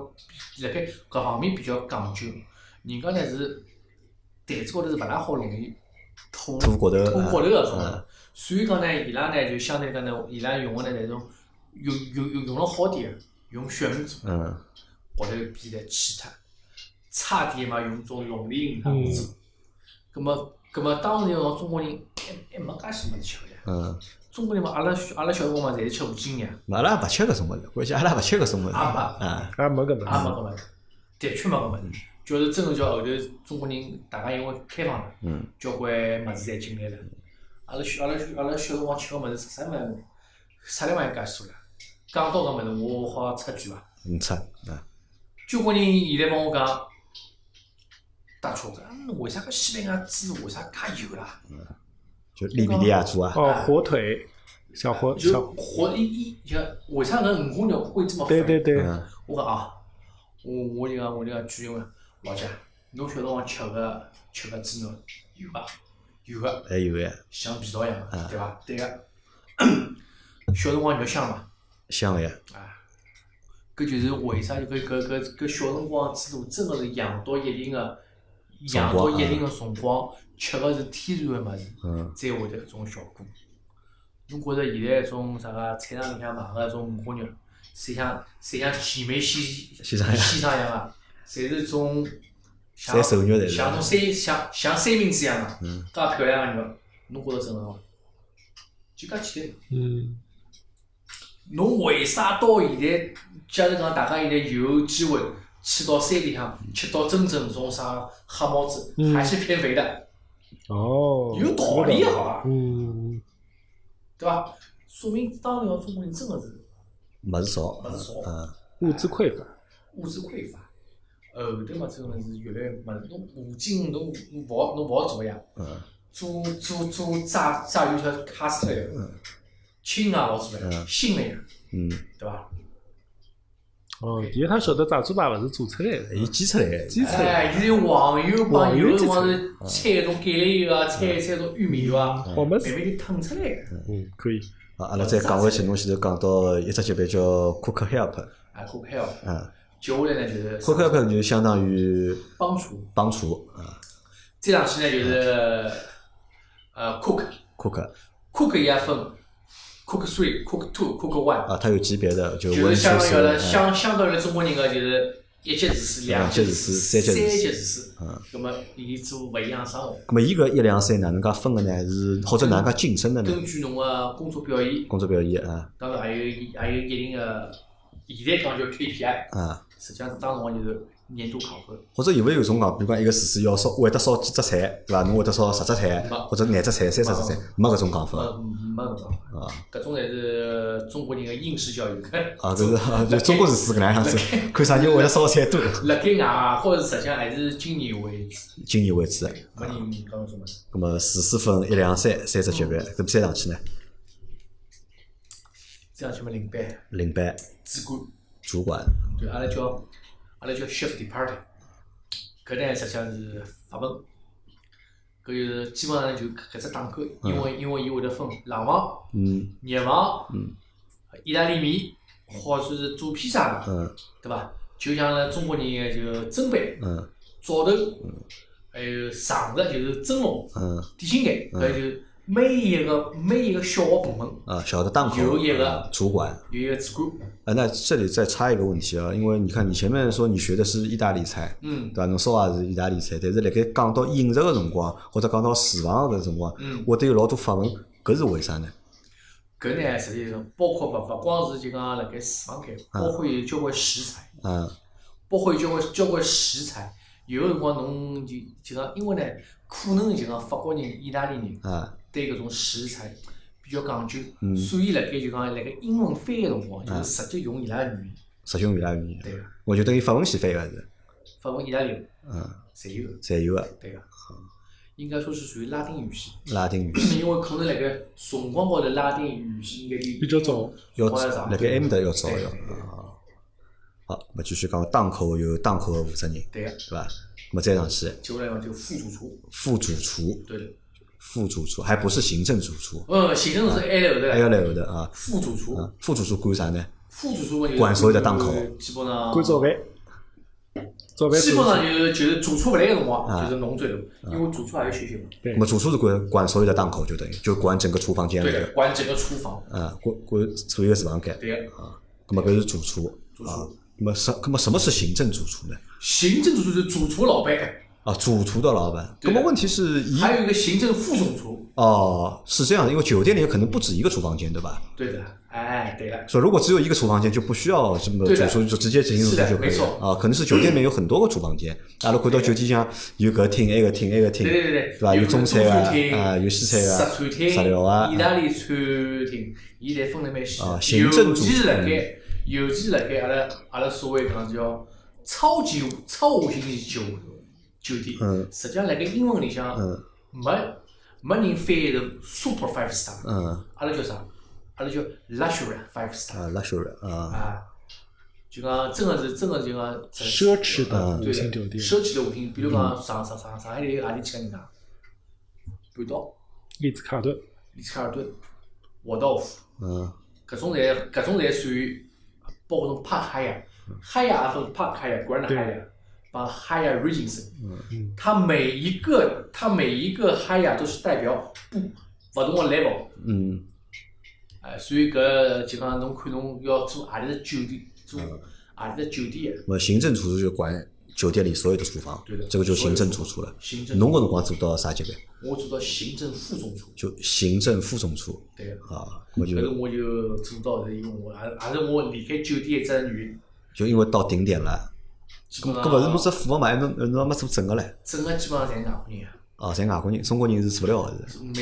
辣盖搿方面比较讲究，人家呢是台子高头是勿大好容易吐吐骨头吐啊骨头嗯个，所以讲呢，伊拉呢就相对讲呢，伊拉用个呢那种用用用用了好点，用血米做，嗯骨头比来其他，差点嘛用种龙鳞鱼汤嗯做，葛末葛末当时辰中国人还还没介许物事吃个呀，嗯，中国人嘛阿拉阿拉小辰光嘛侪是吃五斤呀。嘛阿拉也勿吃搿种物事，关键阿拉也勿吃搿种物事。也没啊，也没搿也没么搿物事，的确没搿物事。就是真个叫后头中国人大家因为开放了，嗯交关物事侪进来了。阿拉小阿拉小阿拉小辰光吃个物事，啥物事，啥地方也介许多了。讲到搿物事，我好插句伐。嗯，吃啊，交关人现在帮我讲，打错个，嗯为啥搿西班牙猪为啥介油啊啦？就利比利亚猪啊。哦，火腿，小火就小，活一一就为啥搿五花肉会这么对肥？对对，嗯我讲啊，我我就讲我就讲句闲话，老姐，侬小辰光吃个吃个猪肉有伐？有个，还有个像味道一样嗯个，对伐？对个。 [COUGHS] 小辰光肉香嘛，香呀，啊，搿就是为啥搿搿搿搿小辰光之路真个是养到一定个养到一定个辰光，吃个是天然个物事，嗯才会得搿种效果。侬觉着现在搿种啥个菜场里向买个搿种五花肉，侪像侪像姐妹 [LAUGHS] 西西餐一样西餐一样啊，侪是种像侪瘦肉侪是啊像种三像像三明治一样啊个，嗯介漂亮个肉，侬觉着正常伐？就介简单，嗯，侬为啥到现在，假如讲大家现在有机会去到山里向吃到真正种啥黑帽子，嗯还是偏肥的，哦，有道理啊好伐？嗯，对伐？说明当年中国人真的是物事少，物事少嗯，物资匮乏，物质匮乏。后头嘛，真的是越来越没了。侬武警，侬侬勿好，侬勿好做呀。嗯做做做炸炸油条卡死了呀，轻啊老子了呀，嗯新了呀，嗯，对伐？哦，因为他晓得炸猪排勿是做出来的，伊煎出来的，基础哎，现在有黄油帮黄油有的基辰础光是掺一种橄榄油啊，掺嗯一掺一种玉米油啊，我们慢慢就腾出来的。嗯可以，啊，阿拉再讲回去，侬前头讲到一只级别叫 Cook Help，啊，可开哦，嗯接下来呢就是，Cook Help 就相当于帮厨，帮厨啊再上去呢就是嗯呃 cook ，Cook cook 也分 cook three cook two cook one，啊，它有级别的，就就温是厨相当于阿拉师，相相当于中国人个就是一级厨师、两级哎两级厨师三级厨师三级厨师嗯，那么伊做勿一样生活。那么伊搿一两三哪能介分个呢？是或者哪能介竞争的呢？根据侬个工作表现，工作表现啊当然还有一还有一定个，现在讲叫 KPI，啊，实际上当辰光就是年度考核。或者有没有种讲，比如讲一个厨师要烧会得烧几只菜，对伐？侬会得烧十只菜没，或者廿只菜、三十只菜，没搿种讲法没啊没搿种，搿种才是中国人个应试教育。 [LAUGHS] 啊！搿是 [LAUGHS] 啊就中国厨师搿能样子，看啥人会得烧菜多，辣盖外或者实际上还是今年为止，经验为主。没人讲什么。那么厨师分一两三三只级别，搿么再上去呢？这样去么领班、领班、主管，主管对，阿拉叫阿拉叫 chef department，搿呢实际上是法文，搿就是基本上就搿只档口，因为因为伊会得分冷房。嗯热房嗯、意大利面，或者是做披萨的，嗯对伐？就像咱中国人就蒸饭、嗯灶头，还有常食就是蒸笼、嗯点心间，搿就每一个每一个小个部门啊，晓得档口有一个啊主管。有一个主管，啊，那这里再插一个问题啊，因为你看你前面说你学的是意大利菜，嗯对伐？侬烧也是意大利菜，但是辣盖讲到饮食个辰光，或者讲到厨房个辰光，嗯，会得有老多法文，搿是为啥呢？搿呢实际上包括勿勿光是就讲辣盖厨房间，包括有交关食材，嗯包括有交关交关食材。有个辰光侬就就讲，因为呢，可能就讲法国人、意大利人，啊对搿种食材比较讲究，嗯所以辣盖就讲辣盖英文翻译个辰光，就是直接用伊拉个语言，直接用意大利语，对个，我就等于法文先翻译个是，法文、意大利文嗯，侪有个，侪有个对个，应该说是属于拉丁语系，拉丁语，因为可能辣盖辰光高头拉丁语系应该就比较早，要好像是啊辣盖埃面搭要招对要。啊好，那继续讲档口有档口个负责人，对个，对伐？那再上去接下来嘛就副主厨，副主厨，对的，副主厨还不是行政主厨，呃，行政是挨了后头还要的，来后头啊。副主厨，啊，副主厨管啥呢？副主厨嘛就是管所有的档口基本上管早饭，早饭基本做上就是就是主厨勿来个辰光，啊就是侬最头，因为主厨还要休息嘛，那么主厨是管管所有的档口，就等于就管整个厨房间里对的，的，管整个厨房，啊，管管所有的厨房间。对个。那么搿是主厨主厨啊。那么什那么什么是行政主厨呢？行政主厨就是主厨老板，啊，主厨的老板。那对的么问题是一还有一个行政副总厨。哦，是这样的，因为酒店里可能不止一个厨房间，对吧？对的，哎，对的，所以如果只有一个厨房间，就不需要这么对主的厨就直接执行主是的厨就可以没了错啊。可能是酒店里面有很多个厨房间，阿拉看到酒店像有搿厅、埃个厅、埃个厅，对对对对吧？有中中餐啊厅，啊，有西餐啊，日餐日料啊厅、意大利餐厅，伊侪分得蛮细啊的。行政嗯尤其是辣主盖，尤其是辣盖阿拉阿拉所谓讲叫超级超五星级酒酒店嗯，实际上辣盖英文里向嗯没没人翻译成 super five star，嗯阿拉叫啥？阿拉叫 luxury five star 啊，luxury 啊，啊，就讲真个是真个就讲只奢侈的嗯五对的，星酒店，嗯奢侈的五星，比如讲上上上上海有何里几个人啊？半岛、丽兹卡顿，丽兹卡尔顿、沃道夫，嗯搿种侪搿种侪属于包括种帕哈亚，哈亚也分帕哈亚、格兰哈亚帮哈亚 Regency，嗯它每一个它每一个哈亚都是代表不勿同的 level，嗯哎，所以搿就嗯讲侬看侬要做何里只酒店，做何里只酒店，那么行政厨师就管酒店里所有的厨房对的，这个就行政主厨了。行政侬搿辰光做到啥级别？我做到行政副总厨，就行政副总厨对个。啊，我就搿个我就做到是因为我还还是我离开酒店一只原因，就因为到顶点了。基本上搿勿是侬只副个嘛，侬侬还没做正个唻。整个基本上侪外国人啊，啊，侪外国人，中国人是做勿了个是。蛮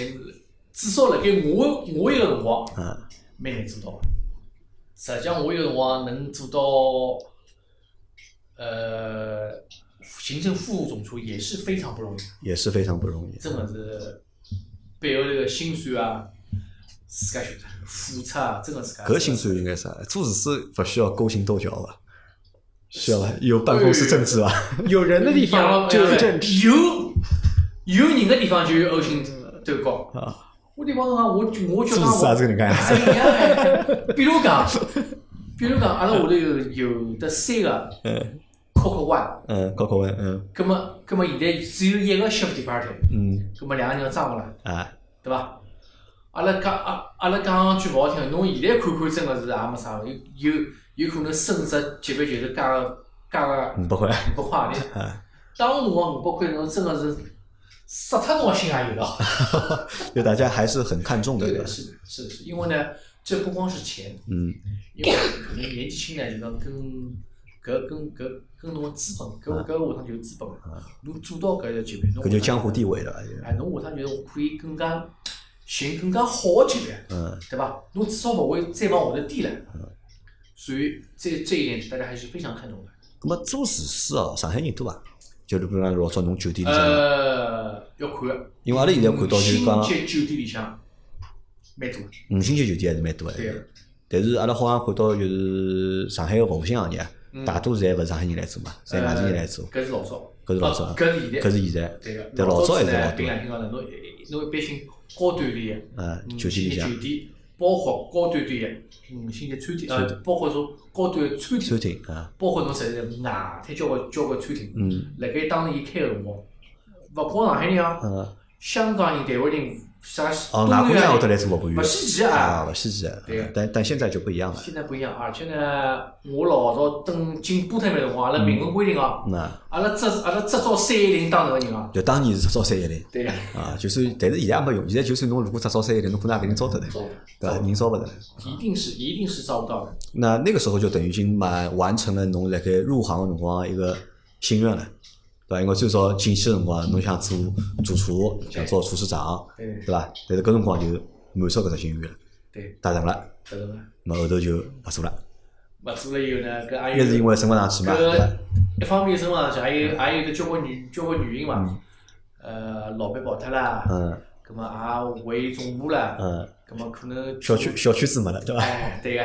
至少辣盖我我一个辰光嗯，蛮难做到的。实际上我有辰光能做到，呃，行政副总厨也是非常不容易，也是非常不容易。真的是背后那个辛酸啊，自家晓得，付出啊，真的自家。搿心酸应该啥？做事体勿需要勾心斗角伐？需要伐？有办公室政治 [LAUGHS] 伐？有人的地方就有政治，治，有有人的地方就有勾心斗角。啊，我地方讲，我就我叫做事啊，他我这个能干啊。哎呀，比如讲，比如讲，阿拉下头有有得三个嗯 Coco One，嗯，高考文，嗯葛么葛么现在只有一个 Shift Party，嗯葛么两个人要争勿啦，啊，对伐？阿拉讲阿阿拉讲句勿好听，侬现在看看真个是也没啥，有有有可能升值级别就是加个加个五百块五百块钿，嗯啊，当辰光五百块侬真个是杀脱侬个心也有了。就大家还是很看重的，对对的，吧？是的，是的，是的因为呢，这不光是钱，嗯，因为可能年纪轻呢，就讲跟搿跟搿跟侬个资本，搿搿下趟就是资本了。侬做到搿个级别，侬啊搿就江湖地位了。哎，侬下趟就是可以更加寻更加好的级别，嗯，对伐？侬至少勿会再往下头低了。啊所以这这一点，大家还是非常看重的。那么做厨师哦，上海人多伐？就比如讲老早侬酒店里向，呃，要看的，因为阿拉现在看到就是讲五星级酒店里向蛮多的，五星级酒店还是蛮多对的个。但是阿拉好像看到就是上海个服务性行啊业，嗯大多数侪勿是上海人来做嘛，侪外地人来做，搿是老早，搿是老早啊搿是现在搿。是现在。对个，但老早还子是老呢，多凭良心讲呢，侬一侬一般性高端点个，嗯，五酒星店级里向酒店，E 包括高端点个五星级餐厅，呃，包括种高端个餐餐厅，厅啊，包括侬实在外滩交关交关餐厅，嗯辣盖当年伊开个辰光，勿光上海人啊，呃，香港人、台湾人，啥哦，东外国南人亚会得来做服务员不，稀奇啊，啊。勿稀奇啊对啊。但但现在就不一样了，现在不一样，而且呢，我老早登进波特曼辰嗯光，阿拉明文规定啊，那阿拉只阿拉只招三一零当头个人啊，就当年是招三一零。对个，啊，就是，但是现在也没用。现在就算侬如果只招三一零，侬可能也勿一定招得来，对伐？人招勿来。一定是一定是招不到的。那那个时候就等于已经满完成了侬辣盖入行个辰光一个心愿了，对伐？因为最早进去个辰光，侬想做主厨，想做厨师长，对对伐？但是搿辰光就满足搿只心愿了，对，达成了，搿个嘛，那么后头就勿做了。勿做了以后呢，搿还一有是因为升勿上去嘛，对伐搿？一方面身上去，还嗯有还有一个交关原交关原因嘛，呃，老板跑脱啦，嗯葛么啊也回总部啦，嗯，葛么可能小区，小区子没了，对伐？哎，对个，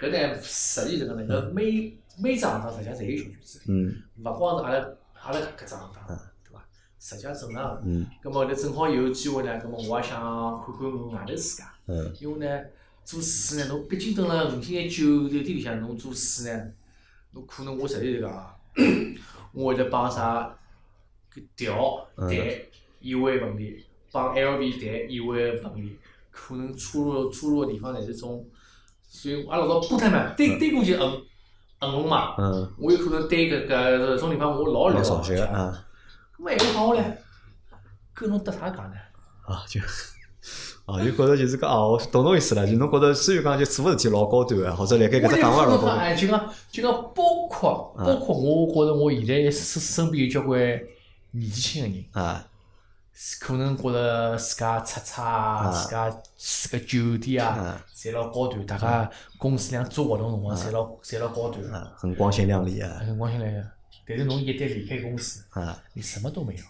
搿呢实际是搿能介，搿每每只行当实际上侪有小圈子，嗯勿光是阿拉阿拉搿只行当，对伐？实际上正常个。嗯葛么后头正好有机会呢，葛么我也想看看外头世界。嗯，因为呢，做厨师呢，侬毕竟蹲辣五星级酒酒店里向，侬做厨师呢，侬可能我实在是讲啊，我会得帮啥搿调嗯谈异味问题，帮 LV 谈异味问题，可能出入出入的地方侪是种，所以阿拉老早波特曼啊对对过去恒恒隆嘛，嗯，我有可能对搿搿搿种地方我老老了少解学，啊咾么闲话讲下来，搿侬搭啥讲呢？啊就。 [LAUGHS] 啊，就觉着就是讲哦，我懂侬意思了，就侬觉着虽然讲就做个事体老高端个，或者辣盖搿只岗位我老就高讲，端，哎，就讲就讲，包括包括，我觉着我现在身身边有交关年纪轻个人，啊，可能觉着自家出差啊，自家自个酒店啊啊，侪老高端，大家公司里向做活动辰光侪老侪老高哎端，啊，很光鲜亮丽啊，辰光下来个。但是侬一旦离开公司，啊，你什么都没有，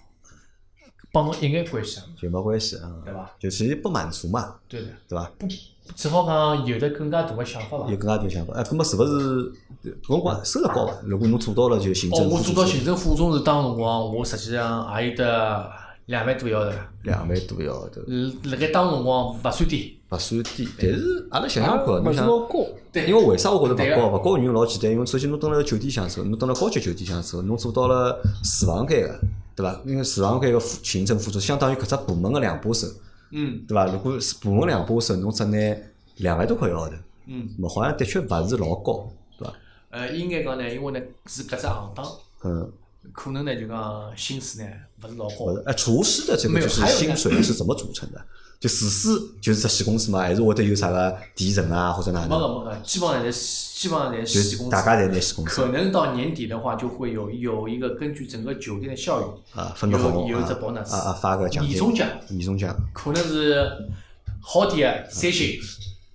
帮侬一眼关系也没有，就没关系啊，对伐？就其实不满足嘛，对的，对伐？只好讲有的更加大个想法伐有。更加多想法，哎，搿么是勿是搿辰光收入高伐？如果侬做到了就行哦，政，我做到行政副总是当辰光，我实际上也有得两万多一个号头了。两万多一个号头，嗯，辣盖当辰光勿算低，勿算低，但是阿拉想想看，勿侬是想。老高。对因为为啥我觉着勿啊对高？个勿高的原因老简单，因为首先侬蹲辣酒店享受，侬蹲辣高级酒店享受，侬做到了厨房间个，对伐？因为厨房间个副行政副总相当于搿只部门个两把手，嗯对伐？如果是部门两把手，侬只拿两万多块一个号头，嗯，咾好像的确勿是老高，对伐？呃，应该讲呢，因为呢是搿只行当，嗯，可能呢就讲薪水呢勿是老或高者，哎，厨师的这个没有就是还有薪呢水是怎么组成的？就厨师就是这细公司嘛，还是会得有啥个提成啊，或者哪没个能？没个，基本上侪是基本上侪就是细是公大家司。侪拿细公司可能到年底的话，就会有有一个根据整个酒店的效益，啊，分个红有有只啊 bonus 啊啊，发个奖金，年终奖年终奖。可能是好点的三星，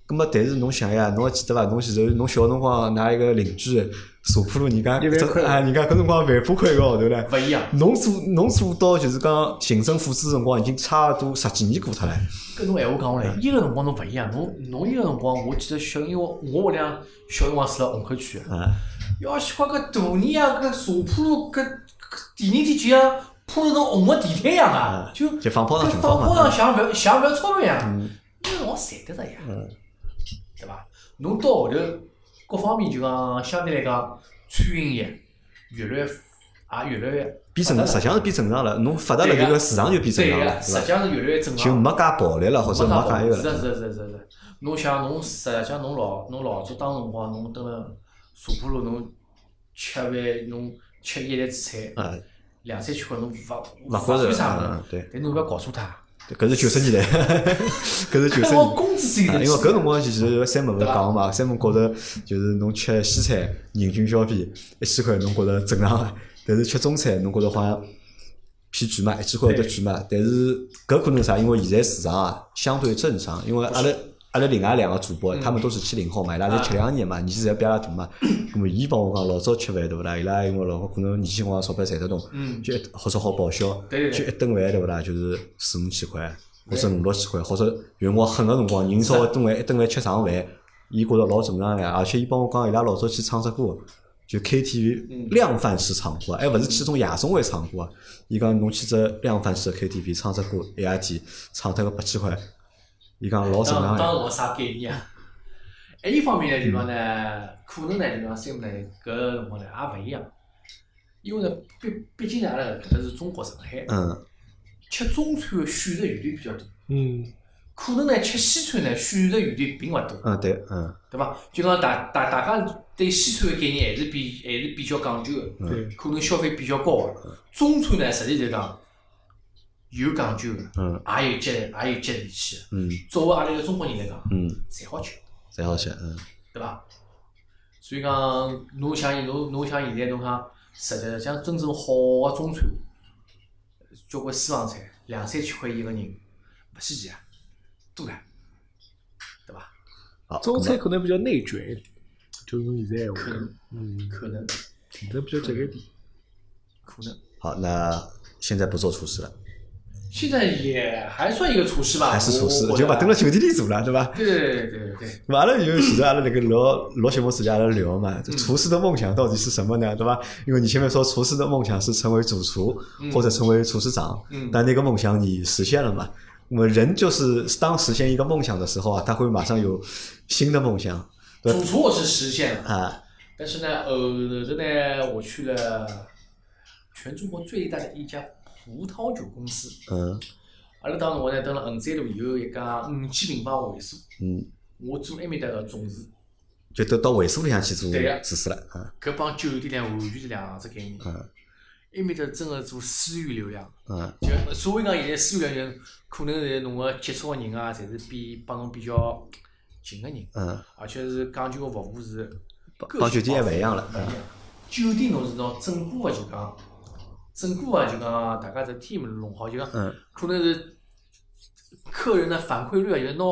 咁么，但是侬想呀，侬还记得伐？侬前头侬小辰光，㑚一个邻居查破了人家一万块啊，人家搿辰光万把块一个哦号头唻。勿一样。侬做侬做到就是讲行政副司辰光，已经差勿多十几年过脱了。跟侬闲话讲下嗯来，伊个辰光侬勿一样，侬侬伊个辰光，我记得小，因为我屋里向小辰光住辣虹口区，啊，要西快搿大泥啊，搿茶铺路搿搿第二天就像啊铺了跟红个地毯一样啊，就就放炮仗跟响放炮炮嘛啊仗像勿要像勿要钞票一样，伊个辰光赚得着呀，嗯对伐？侬到后头各方面就讲相对来讲，餐饮业越来越也越来越变正常，实际上是变正常了。侬发达了，对这个个市场就变正对常了，个，是实伐际？上是越来越正常就了。没介暴力了，或者没没介一个是了。的是的是的是的是的。侬想侬实际上侬老侬老早当辰光，侬蹲辣茶铺路，侬吃饭侬吃一篮子菜，啊，两三千块侬勿勿觉着算啥嗯物嗯对事，但侬勿要搞错它。搿是九十年代， [LAUGHS] 搿是九十搿年 [LAUGHS] 我代。工资是有啊因点为起搿辰光其实三门勿是讲嘛，三门觉着就是侬吃西餐人均消费一千块，侬觉着正常个，但是吃中餐侬觉着好像偏贵嘛，一千块有得贵嘛。但是搿可能是啥？因为现在市场啊相对正常，因为阿拉嗯阿拉另外两个主播，他们都是七零后嘛，伊拉侪七两年嘛，年纪侪比阿拉大嘛。嗯咾么伊帮我讲，老早吃饭对勿啦？伊拉因为老早可能年轻辰光钞票赚得动，嗯就一或者好报销，对对对就一顿饭对勿啦？就是四五千块。或者五六千块，或者有辰光狠个辰光，人稍微顿饭一顿饭吃上饭，伊觉着老正常个呀。而且伊帮我讲，伊拉老早去唱只歌，就嗯 KTV 量贩式唱歌，还勿是去种夜总会唱歌啊。伊讲侬去只量贩式的 KTV 唱只歌，一夜天唱脱个八千块，伊讲老正当常当个。时我啥概念啊？哎，一方面呢，就讲呢，嗯可能呢，就讲三个呢，搿辰光呢也勿一样，因为呢，毕毕竟呢，阿拉搿搭是中国上海，嗯，吃中餐的选择余地比较多。嗯，可能呢，吃西餐呢选择余地并勿多，嗯，对，嗯，对伐？就讲大大大家对西餐的概念还是比还是比较讲究的，对，可能消费比较高的。中餐呢，实际就讲有讲究的，嗯，也有接也有接地气的。啊嗯，作为阿拉一个中国人来讲，嗯，侪好吃，侪好吃，嗯，对伐？所以讲，侬想侬侬想现在侬讲，实际上真正好的中餐，交关私房菜两三千块一个人，勿稀奇啊，多呀，对伐？好。中咁餐啊可能比较内卷一点，就用现在闲话可讲，能嗯，可能现在比较节约点。可能，好，那现在不做厨师了，现在也还算一个厨师吧，还是厨师，我就勿我蹲辣酒店里做了，对伐？对对对对对，嘛阿拉有前头阿拉那个聊聊节目时间阿拉聊嘛，这厨师的梦想到底是什么呢？对吧？因为你前面说厨师的梦想是成为主厨嗯或者成为厨师长，嗯但那个梦想你实现了嘛？那么人就是当实现一个梦想的时候啊，他会马上有新的梦想，对吧主厨我是实现了，啊，但是呢，后头呢，我去了全中国最大的一家葡萄酒公司。嗯阿拉当时我呢蹲辣衡山路有一嗯家五千平方会所，嗯，我做埃面搭个总厨，就都到会所里向去做对呀厨师了啊，搿帮酒店呢完全是两只概念。嗯埃面搭真个做私域流量，嗯就所谓讲现在私域流量，可能是侬个接触个人啊，侪是比帮侬比较近个人，嗯，而且是讲究个服务是帮个性帮酒店还勿一样了，勿一样。酒店侬是拿整个个啊就讲，整个个就讲大家只 team 弄好，就讲嗯，可能是客人的反馈率啊，就是拿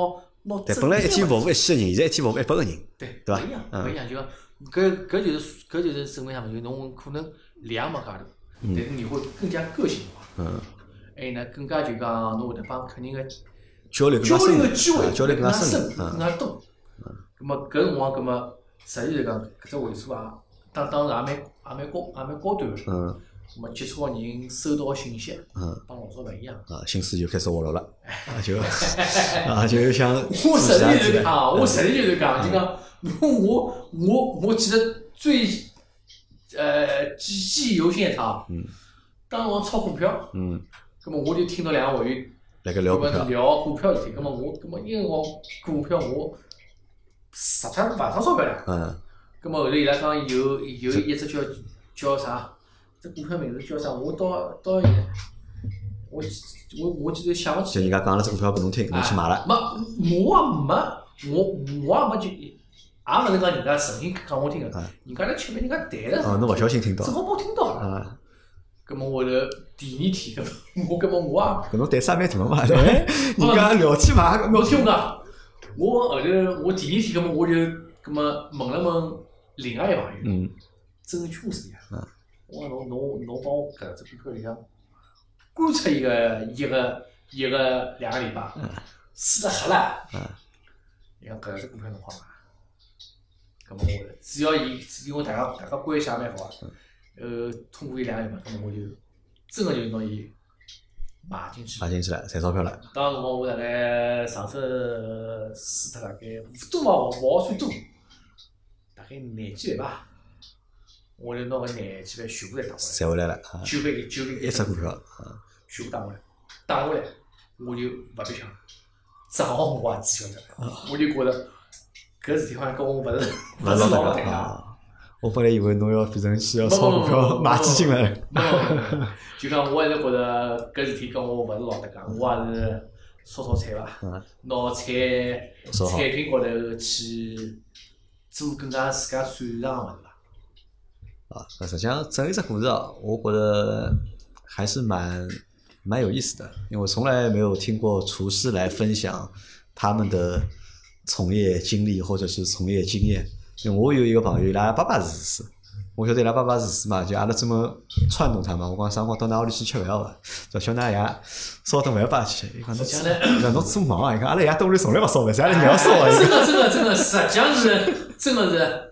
拿对，整本来个一天个服务一千个人，现在一天服务一百个人，对，对吧勿一样，嗯勿一样，就讲搿搿就是搿就是证明啥物事，就侬可能量没介大，但是你会更加个性化，嗯，还有呢，更加就讲侬会得帮客人个交流更交加流深入个机会啊交流更加深深入，，嗯更加多。葛末搿辰光，葛末实际来讲，搿只会所啊，当当时也蛮也蛮高也蛮高端个，葛嗯末接触个人收到个信息，嗯。帮老早勿一样。啊，心思就开始活络了，啊就啊就 [LAUGHS] 想我实自力啊然就自是然讲，我实力就是讲，就讲，我我我记得最呃记记忆犹新一趟啊，嗯当时我炒股票，嗯，葛么我就听到两个会员来个聊葛股么票，聊股票事体，葛么我葛么因为我股票我实际上勿上钞票了，嗯葛么后头伊拉讲有有一只叫叫啥只股票名字叫啥？我到到一，我我我记得想勿起就人家讲了只股票拨侬听，侬去买了，啊没，我也没，我我也没就，也勿是讲人家诚心讲我听个，人家来吃饭，人家谈嗯哦，了，侬勿小心听到正，好把我听到了。啊，葛么我头第二天，葛么 [LAUGHS] 我葛么我也搿侬胆子也蛮大哎嘛，对伐？ [LAUGHS] 人哦家聊天 [LAUGHS] 嘛，没有听讲。我后头我第二天，葛么我就葛么问了问另外一朋友，嗯，证券公司里嗯向，我讲侬侬侬帮我搿只股票里向观察一个一个一个两个礼拜嗯，输了黑了嗯，伊讲搿只股票侬好买，葛末我只要伊因为大家大家关系也蛮好啊，嗯呃，通过伊两个礼拜，葛末我就真个就拿伊买进去买。进去了，赚钞票了，当时辰光我大概上手输脱大概勿多嘛，勿好算多，大概廿几万吧。我就拿搿廿几万全部侪打回赚回来了，啊来，，九个九个一只股票，啊，全部打回来，打回来我就勿白相了，账号我也知晓得，我就觉着搿事体好像跟我勿是勿啊是是老老搭搭界界。啊。我本来以为侬要变成去要炒股不不票不不买基金了， [LAUGHS] 没有没有没有就讲我还是觉着搿事体跟我勿是老搭界，我也是烧烧菜伐嗯，拿菜烧好产品高头去做更加自家擅长个物事伐？啊，那实际上整一只故事啊，我觉得还是蛮蛮有意思的，因为我从来没有听过厨师来分享他们的从业经历或者是从业经验。因为我有一个朋友，伊拉爸爸是厨师，我晓得伊拉爸爸是厨师嘛，就阿拉专门串通他嘛。我讲啥辰光到㑚屋里去吃饭好伐？叫小㑚爷烧顿饭吧去。伊讲侬实际讲上呢侬做忙啊？伊讲阿拉爷兜里从来勿烧饭，阿拉娘烧啊 [LAUGHS] [LAUGHS] 啊。真个真个真个，实际上是真个是，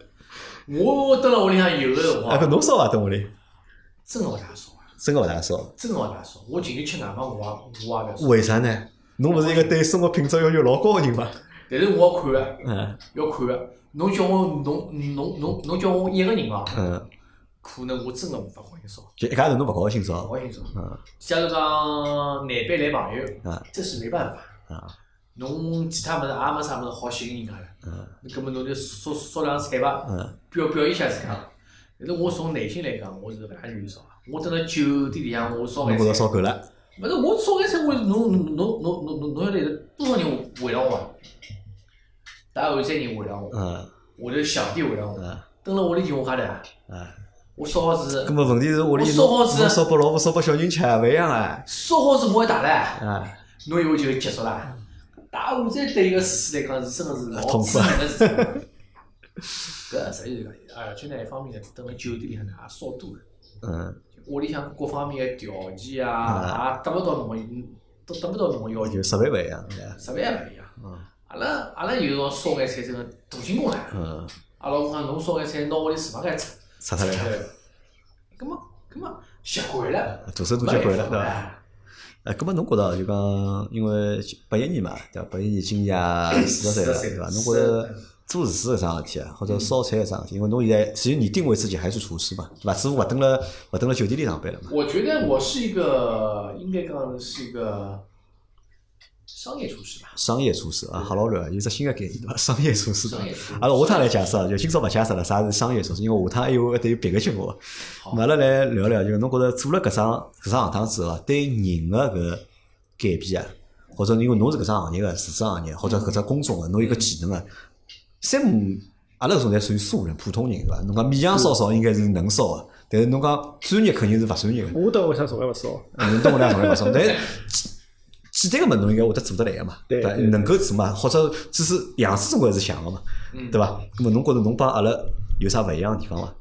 我蹲辣屋里向有个辰啊，搿光，侬烧伐？蹲屋里真个勿大烧啊，真个勿大烧。真个勿大烧。我进去吃外卖，我也我也勿烧，为啥呢？侬勿是一个对生活品质要求老高个人伐？但是我要看个，嗯要看个。侬叫我侬侬侬侬叫我一个人哦，嗯，可能我真个无法欢迎烧，就一家头侬勿高兴是勿伐？欢迎烧。嗯假如讲难办来朋友，啊这是没办法。啊侬其他物事也没啥物事好吸引人家的，嗯葛末侬就烧烧两菜吧，嗯表表现一下自家。但是我从内心来讲，我是勿大愿意烧啊。我等到酒店里向，我烧侬眼觉着菜，烧够了？勿是我烧眼菜，我侬侬侬侬侬侬侬晓得有多少人围绕我啊？大概有三人围绕我，嗯我头小弟围绕我。嗯蹲辣屋里前我讲的，嗯。我烧好是咁么问题是屋里侬我烧好子侬烧拨老婆烧拨小人吃勿一样啊！烧好是我一打唻。啊，侬以为就结束啦？打午餐对一个厨师来讲是真的是老嗯 [LAUGHS] 痛苦啊致命的 [LAUGHS] 事情。搿实际是讲，哎而且呢，一方面呢，等辣酒店里向呢也烧多了，嗯，屋里向各方面的条件啊啊，也达勿到侬个，都达勿到侬个要求就，设备勿一样，对伐实在也勿一样。嗯阿拉阿拉有辰光烧眼菜真个大进攻唻，嗯，啊阿拉老公讲啊侬烧眼菜拿屋里厨房间出拆脱出了，来，葛么葛么习惯了，大手大没脚惯办了，法对伐？了，哎，咁么侬觉得就讲，因为八一年嘛，对伐？八一年今年 [COUGHS] 也四十岁了，对伐？侬觉得做厨师搿桩事体啊，或者烧菜搿桩事体，因为侬现在其实你定位自己还是厨师嘛，对伐？只不过勿蹲辣勿蹲辣酒店里上班了嘛。我觉得我是一个，应该讲是一个商业厨师吧。商业厨师啊，哈老卵有只新个概念对伐？商业厨师。商业厨师阿拉下趟来解释啊，就今朝勿解释了，啥是商业厨师，因为下趟还有一对别个节目。好咾阿拉来聊聊，就是侬觉着做了搿桩搿桩行当之后啊，对人个搿改变啊，或者因为侬是搿桩行业个厨师行业，或者搿只工种个，侬有个技能嗯个，三五阿拉搿种侪属于素人、普通人对伐？侬讲勉强烧烧应该是能烧个，但是侬讲专业肯定是勿专业个。 [LAUGHS] 嗯我到屋里向从来勿烧，侬懂我俩从来勿送，但是简简单个物事侬应该会得做得来个嘛，对伐？对能够做嘛，或者只是样子总归是像个嘛，嗯对伐？那么侬觉着侬帮阿拉有啥勿一样个地方伐？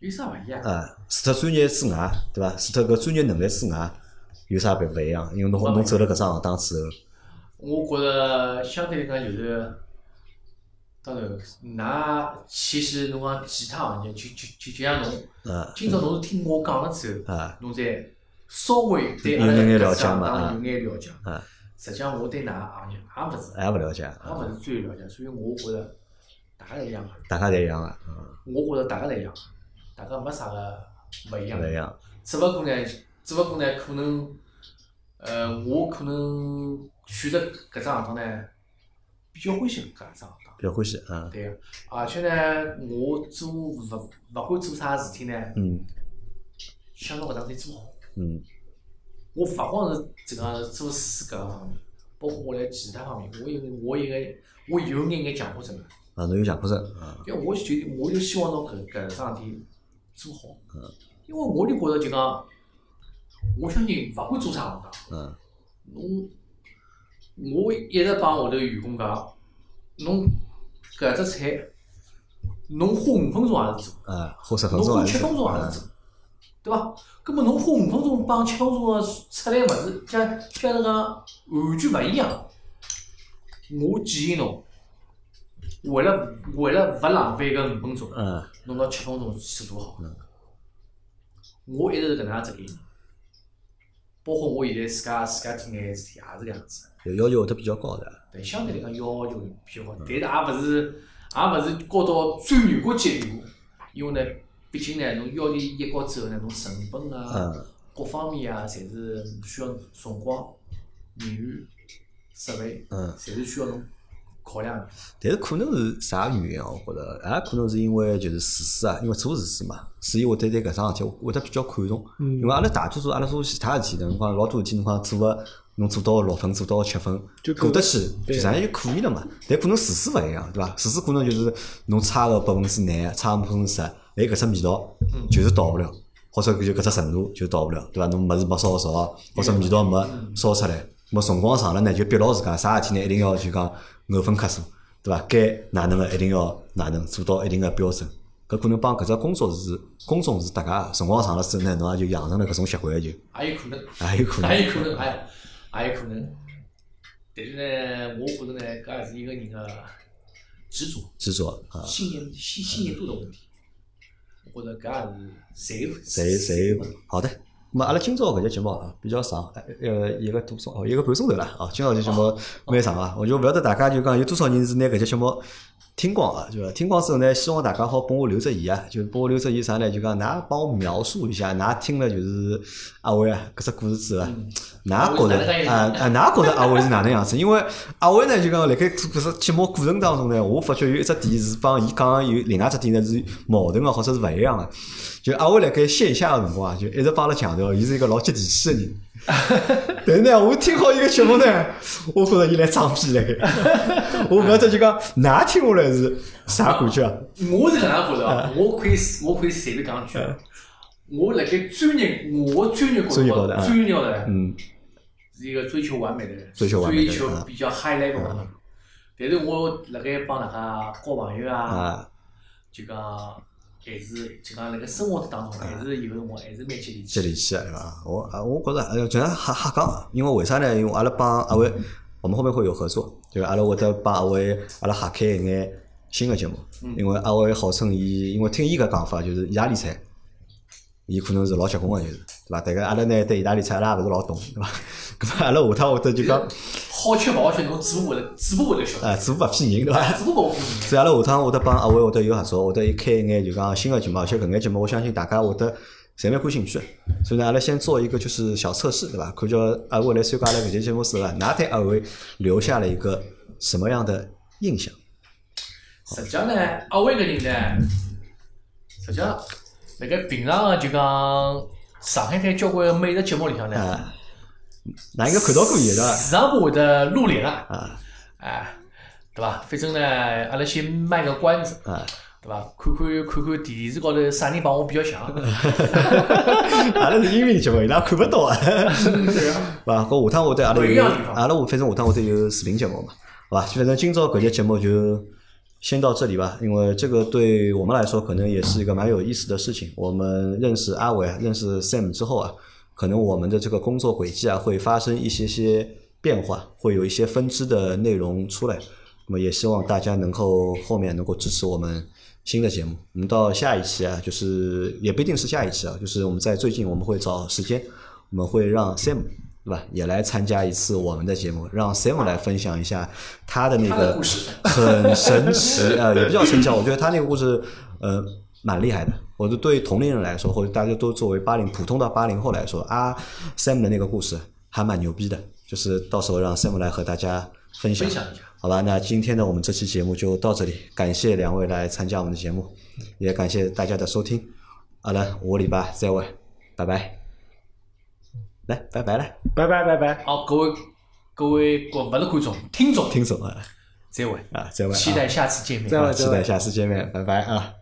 有啥勿一样？啊，除脱专业之外，对伐？除脱搿专业能力之外，有啥勿勿一样？因为侬没侬走了搿只行当之后，我觉着相对来讲就是，当然，㑚其实侬讲其他行业，就就就就像侬，啊今朝侬是听我讲了之后，啊侬再稍微对有阿拉眼眼了搿解行嘛啊当有眼了解。啊，实际上我对㑚行业也勿是，也勿了解，也啊勿是最了解，所以我觉着大家侪一样个。大家侪一样个，啊我觉着大家侪一样，大家没啥个勿一样勿。一样，只勿过呢，只勿过呢，可能，呃，我可能选择搿只行当呢，比较欢喜搿只行当。比较欢喜啊，对个，而且呢，我做勿勿管做啥事体呢，嗯想到搿桩事体做好。嗯我勿光是这个做书搿方面，包括我来其他方面，我有我有眼我有眼眼强迫症的，啊，侬有强迫症啊，因为我就觉得我就希望侬搿搿桩事体做好，嗯因为我就觉着就讲，我相信勿管做啥行当，嗯侬我一直帮我头员工讲，侬搿只菜，侬花五分钟也是做。啊，后十分侬钟花还七是嗯分钟也是做，对伐？葛末侬花五分钟帮七分钟个出来物事，假假如讲完全勿一样，我建议侬为了为了勿浪费搿五分钟，嗯侬拿七分钟去做好。我一直是搿能介执行，包括我现在自家自家做眼事体也是搿样子。嗯，要求会得比较高的，但相对来讲要求比较高，但是也勿是也勿是高到最严格级别个，因为呢，毕竟呢，侬要求一高之后呢，侬成本啊、嗯各方面啊，侪是需要辰光、人员、设备，嗯。侪是需要侬考量的。但是可能是啥原因啊？我觉着，也可能是因为就是厨师啊，因为做厨师嘛，所以会得对搿桩事体会得比较看重。嗯因为阿拉大多数阿拉做其他事体的，侬讲老多事体，侬讲做个侬做到六分，做到七分，就过够得去，就对啥就可以了嘛。但可能厨师勿一样，对伐？厨师可能就是侬差个百分之廿，差个百分之十，哎，搿只味道嗯就是到勿了，或者就搿只程度就到勿了，对伐？侬物事没烧熟，或者味道没烧出来，么辰光长了呢，就逼牢自家，啥事体呢，一定要就讲咬分克数，对伐？该哪能个一定要哪能做到一定个标准。搿可能帮搿只工作是工种是搭界，辰光长了之后呢，侬也就养成了搿种习惯，就也也有可能，有可能。也有可能，哎，也有可能。但是呢，我觉着呢，搿也是一个人个执着。执着啊，信念信信念度的问题，我觉着搿也是谁谁谁好的。那么阿拉今朝搿节节目啊比较长，呃一个多钟哦一个半钟头了啊。今朝这节目蛮长啊，我就勿晓得大家就讲有多少人是拿搿节节目听光啊，就是听光之后呢，希望大家好帮我留只言啊，就是帮我留只言啥呢？就讲㑚帮我描述一下，㑚听了就是阿伟啊搿只故事之后啊，㑚觉着啊啊㑚觉着阿伟是哪能样子？因为阿伟呢就讲辣盖做搿只节目过程当中呢，我发觉有一只点是帮伊讲的有另外一只点呢是矛盾啊个，或者是勿一样个。就阿伟辣盖线下个辰光啊，就一直帮阿拉强调，伊是一个老接地气个人。但是呢，我听好伊个节目呢，我觉着伊来装逼来盖。 [LAUGHS] 我勿晓得就讲，㑚听下来是啥感觉啊？我是搿能觉着啊，我可以我可以随便讲一句，啊嗯我辣盖专业我的专业专角业度高头啊专业角度呢嗯是一个追求完美的人，追求完美的人啊追求比较 high level 的人。但是我辣盖帮大家交朋友啊，啊，就讲还是就讲辣盖生活当中还是有辰光还是蛮接地啊接气的。地气啊，对伐？我啊，我觉着哎呀，就像瞎瞎讲啊，因为为啥呢？因为阿拉帮阿伟，我们后面会有合作，就是阿拉会得帮阿伟，阿拉瞎开一眼新的节目嗯，因为阿伟号称伊，因为听伊搿讲法，就是意大利菜。伊可能是老结棍个，就是对伐？但个阿拉呢对意大利菜阿拉也勿是老懂， [LAUGHS] 对伐？搿么阿拉下趟会得就讲，好吃勿好吃，侬嘴巴会得嘴巴会得晓得，啊，嘴巴骗人，对伐？嘴巴勿会所以阿拉下趟会得帮阿伟会得有合作，会得开一眼就讲新个节目，而且搿眼节目我相信大家会得侪蛮感兴趣的。所以呢，阿拉先做一个就是小测试，对伐？看叫阿伟来参加阿拉搿期节目之后啊，㑚对阿伟留下了一个什么样的印象？实际上呢，阿伟搿人呢，实际上辣盖平常啊个就讲上海滩交关个美食节目里向呢，啊，㑚应该看到过伊对伐？时常会得露脸啊，啊哎，对伐？反正呢，阿拉先卖个关子，啊，对伐？看看看看电视高头啥人帮我比较像， [LAUGHS] 阿拉是音频节目，伊拉看勿到啊。对啊，对伐？搿下趟我对阿拉不有，一样的地方阿拉我反正下趟我对有视频节目嘛，好吧？反正今朝搿节节目就先到这里吧，因为这个对我们来说可能也是一个蛮有意思的事情。我们认识阿伟啊，认识 Sam 之后啊，可能我们的这个工作轨迹啊会发生一些些变化，会有一些分支的内容出来。那么也希望大家能够后面能够支持我们新的节目。我们到下一期啊，就是也不一定是下一期啊，就是我们在最近我们会找时间，我们会让 Sam 对吧也来参加一次我们的节目，让 Sam 来分享一下他的那他的个故事很神奇啊、呃也不叫神奇啊，我觉得他那个故事呃蛮厉害的。我就对同龄人来说，或者大家都作为八零普通的八零后来说，啊 Sam 的那个故事还蛮牛逼的，就是到时候让 Sam 来和大家分享分享一下。好吧，那今天呢，我们这期节目就到这里，感谢两位来参加我们的节目，也感谢大家的收听。好了，下个礼拜再会。拜拜，来拜拜了，拜拜拜拜。好，各位各位观不是观众，听众，听众啊再会，啊，再会啊，期待下次见面。再会啊期待下次见面，拜拜啊。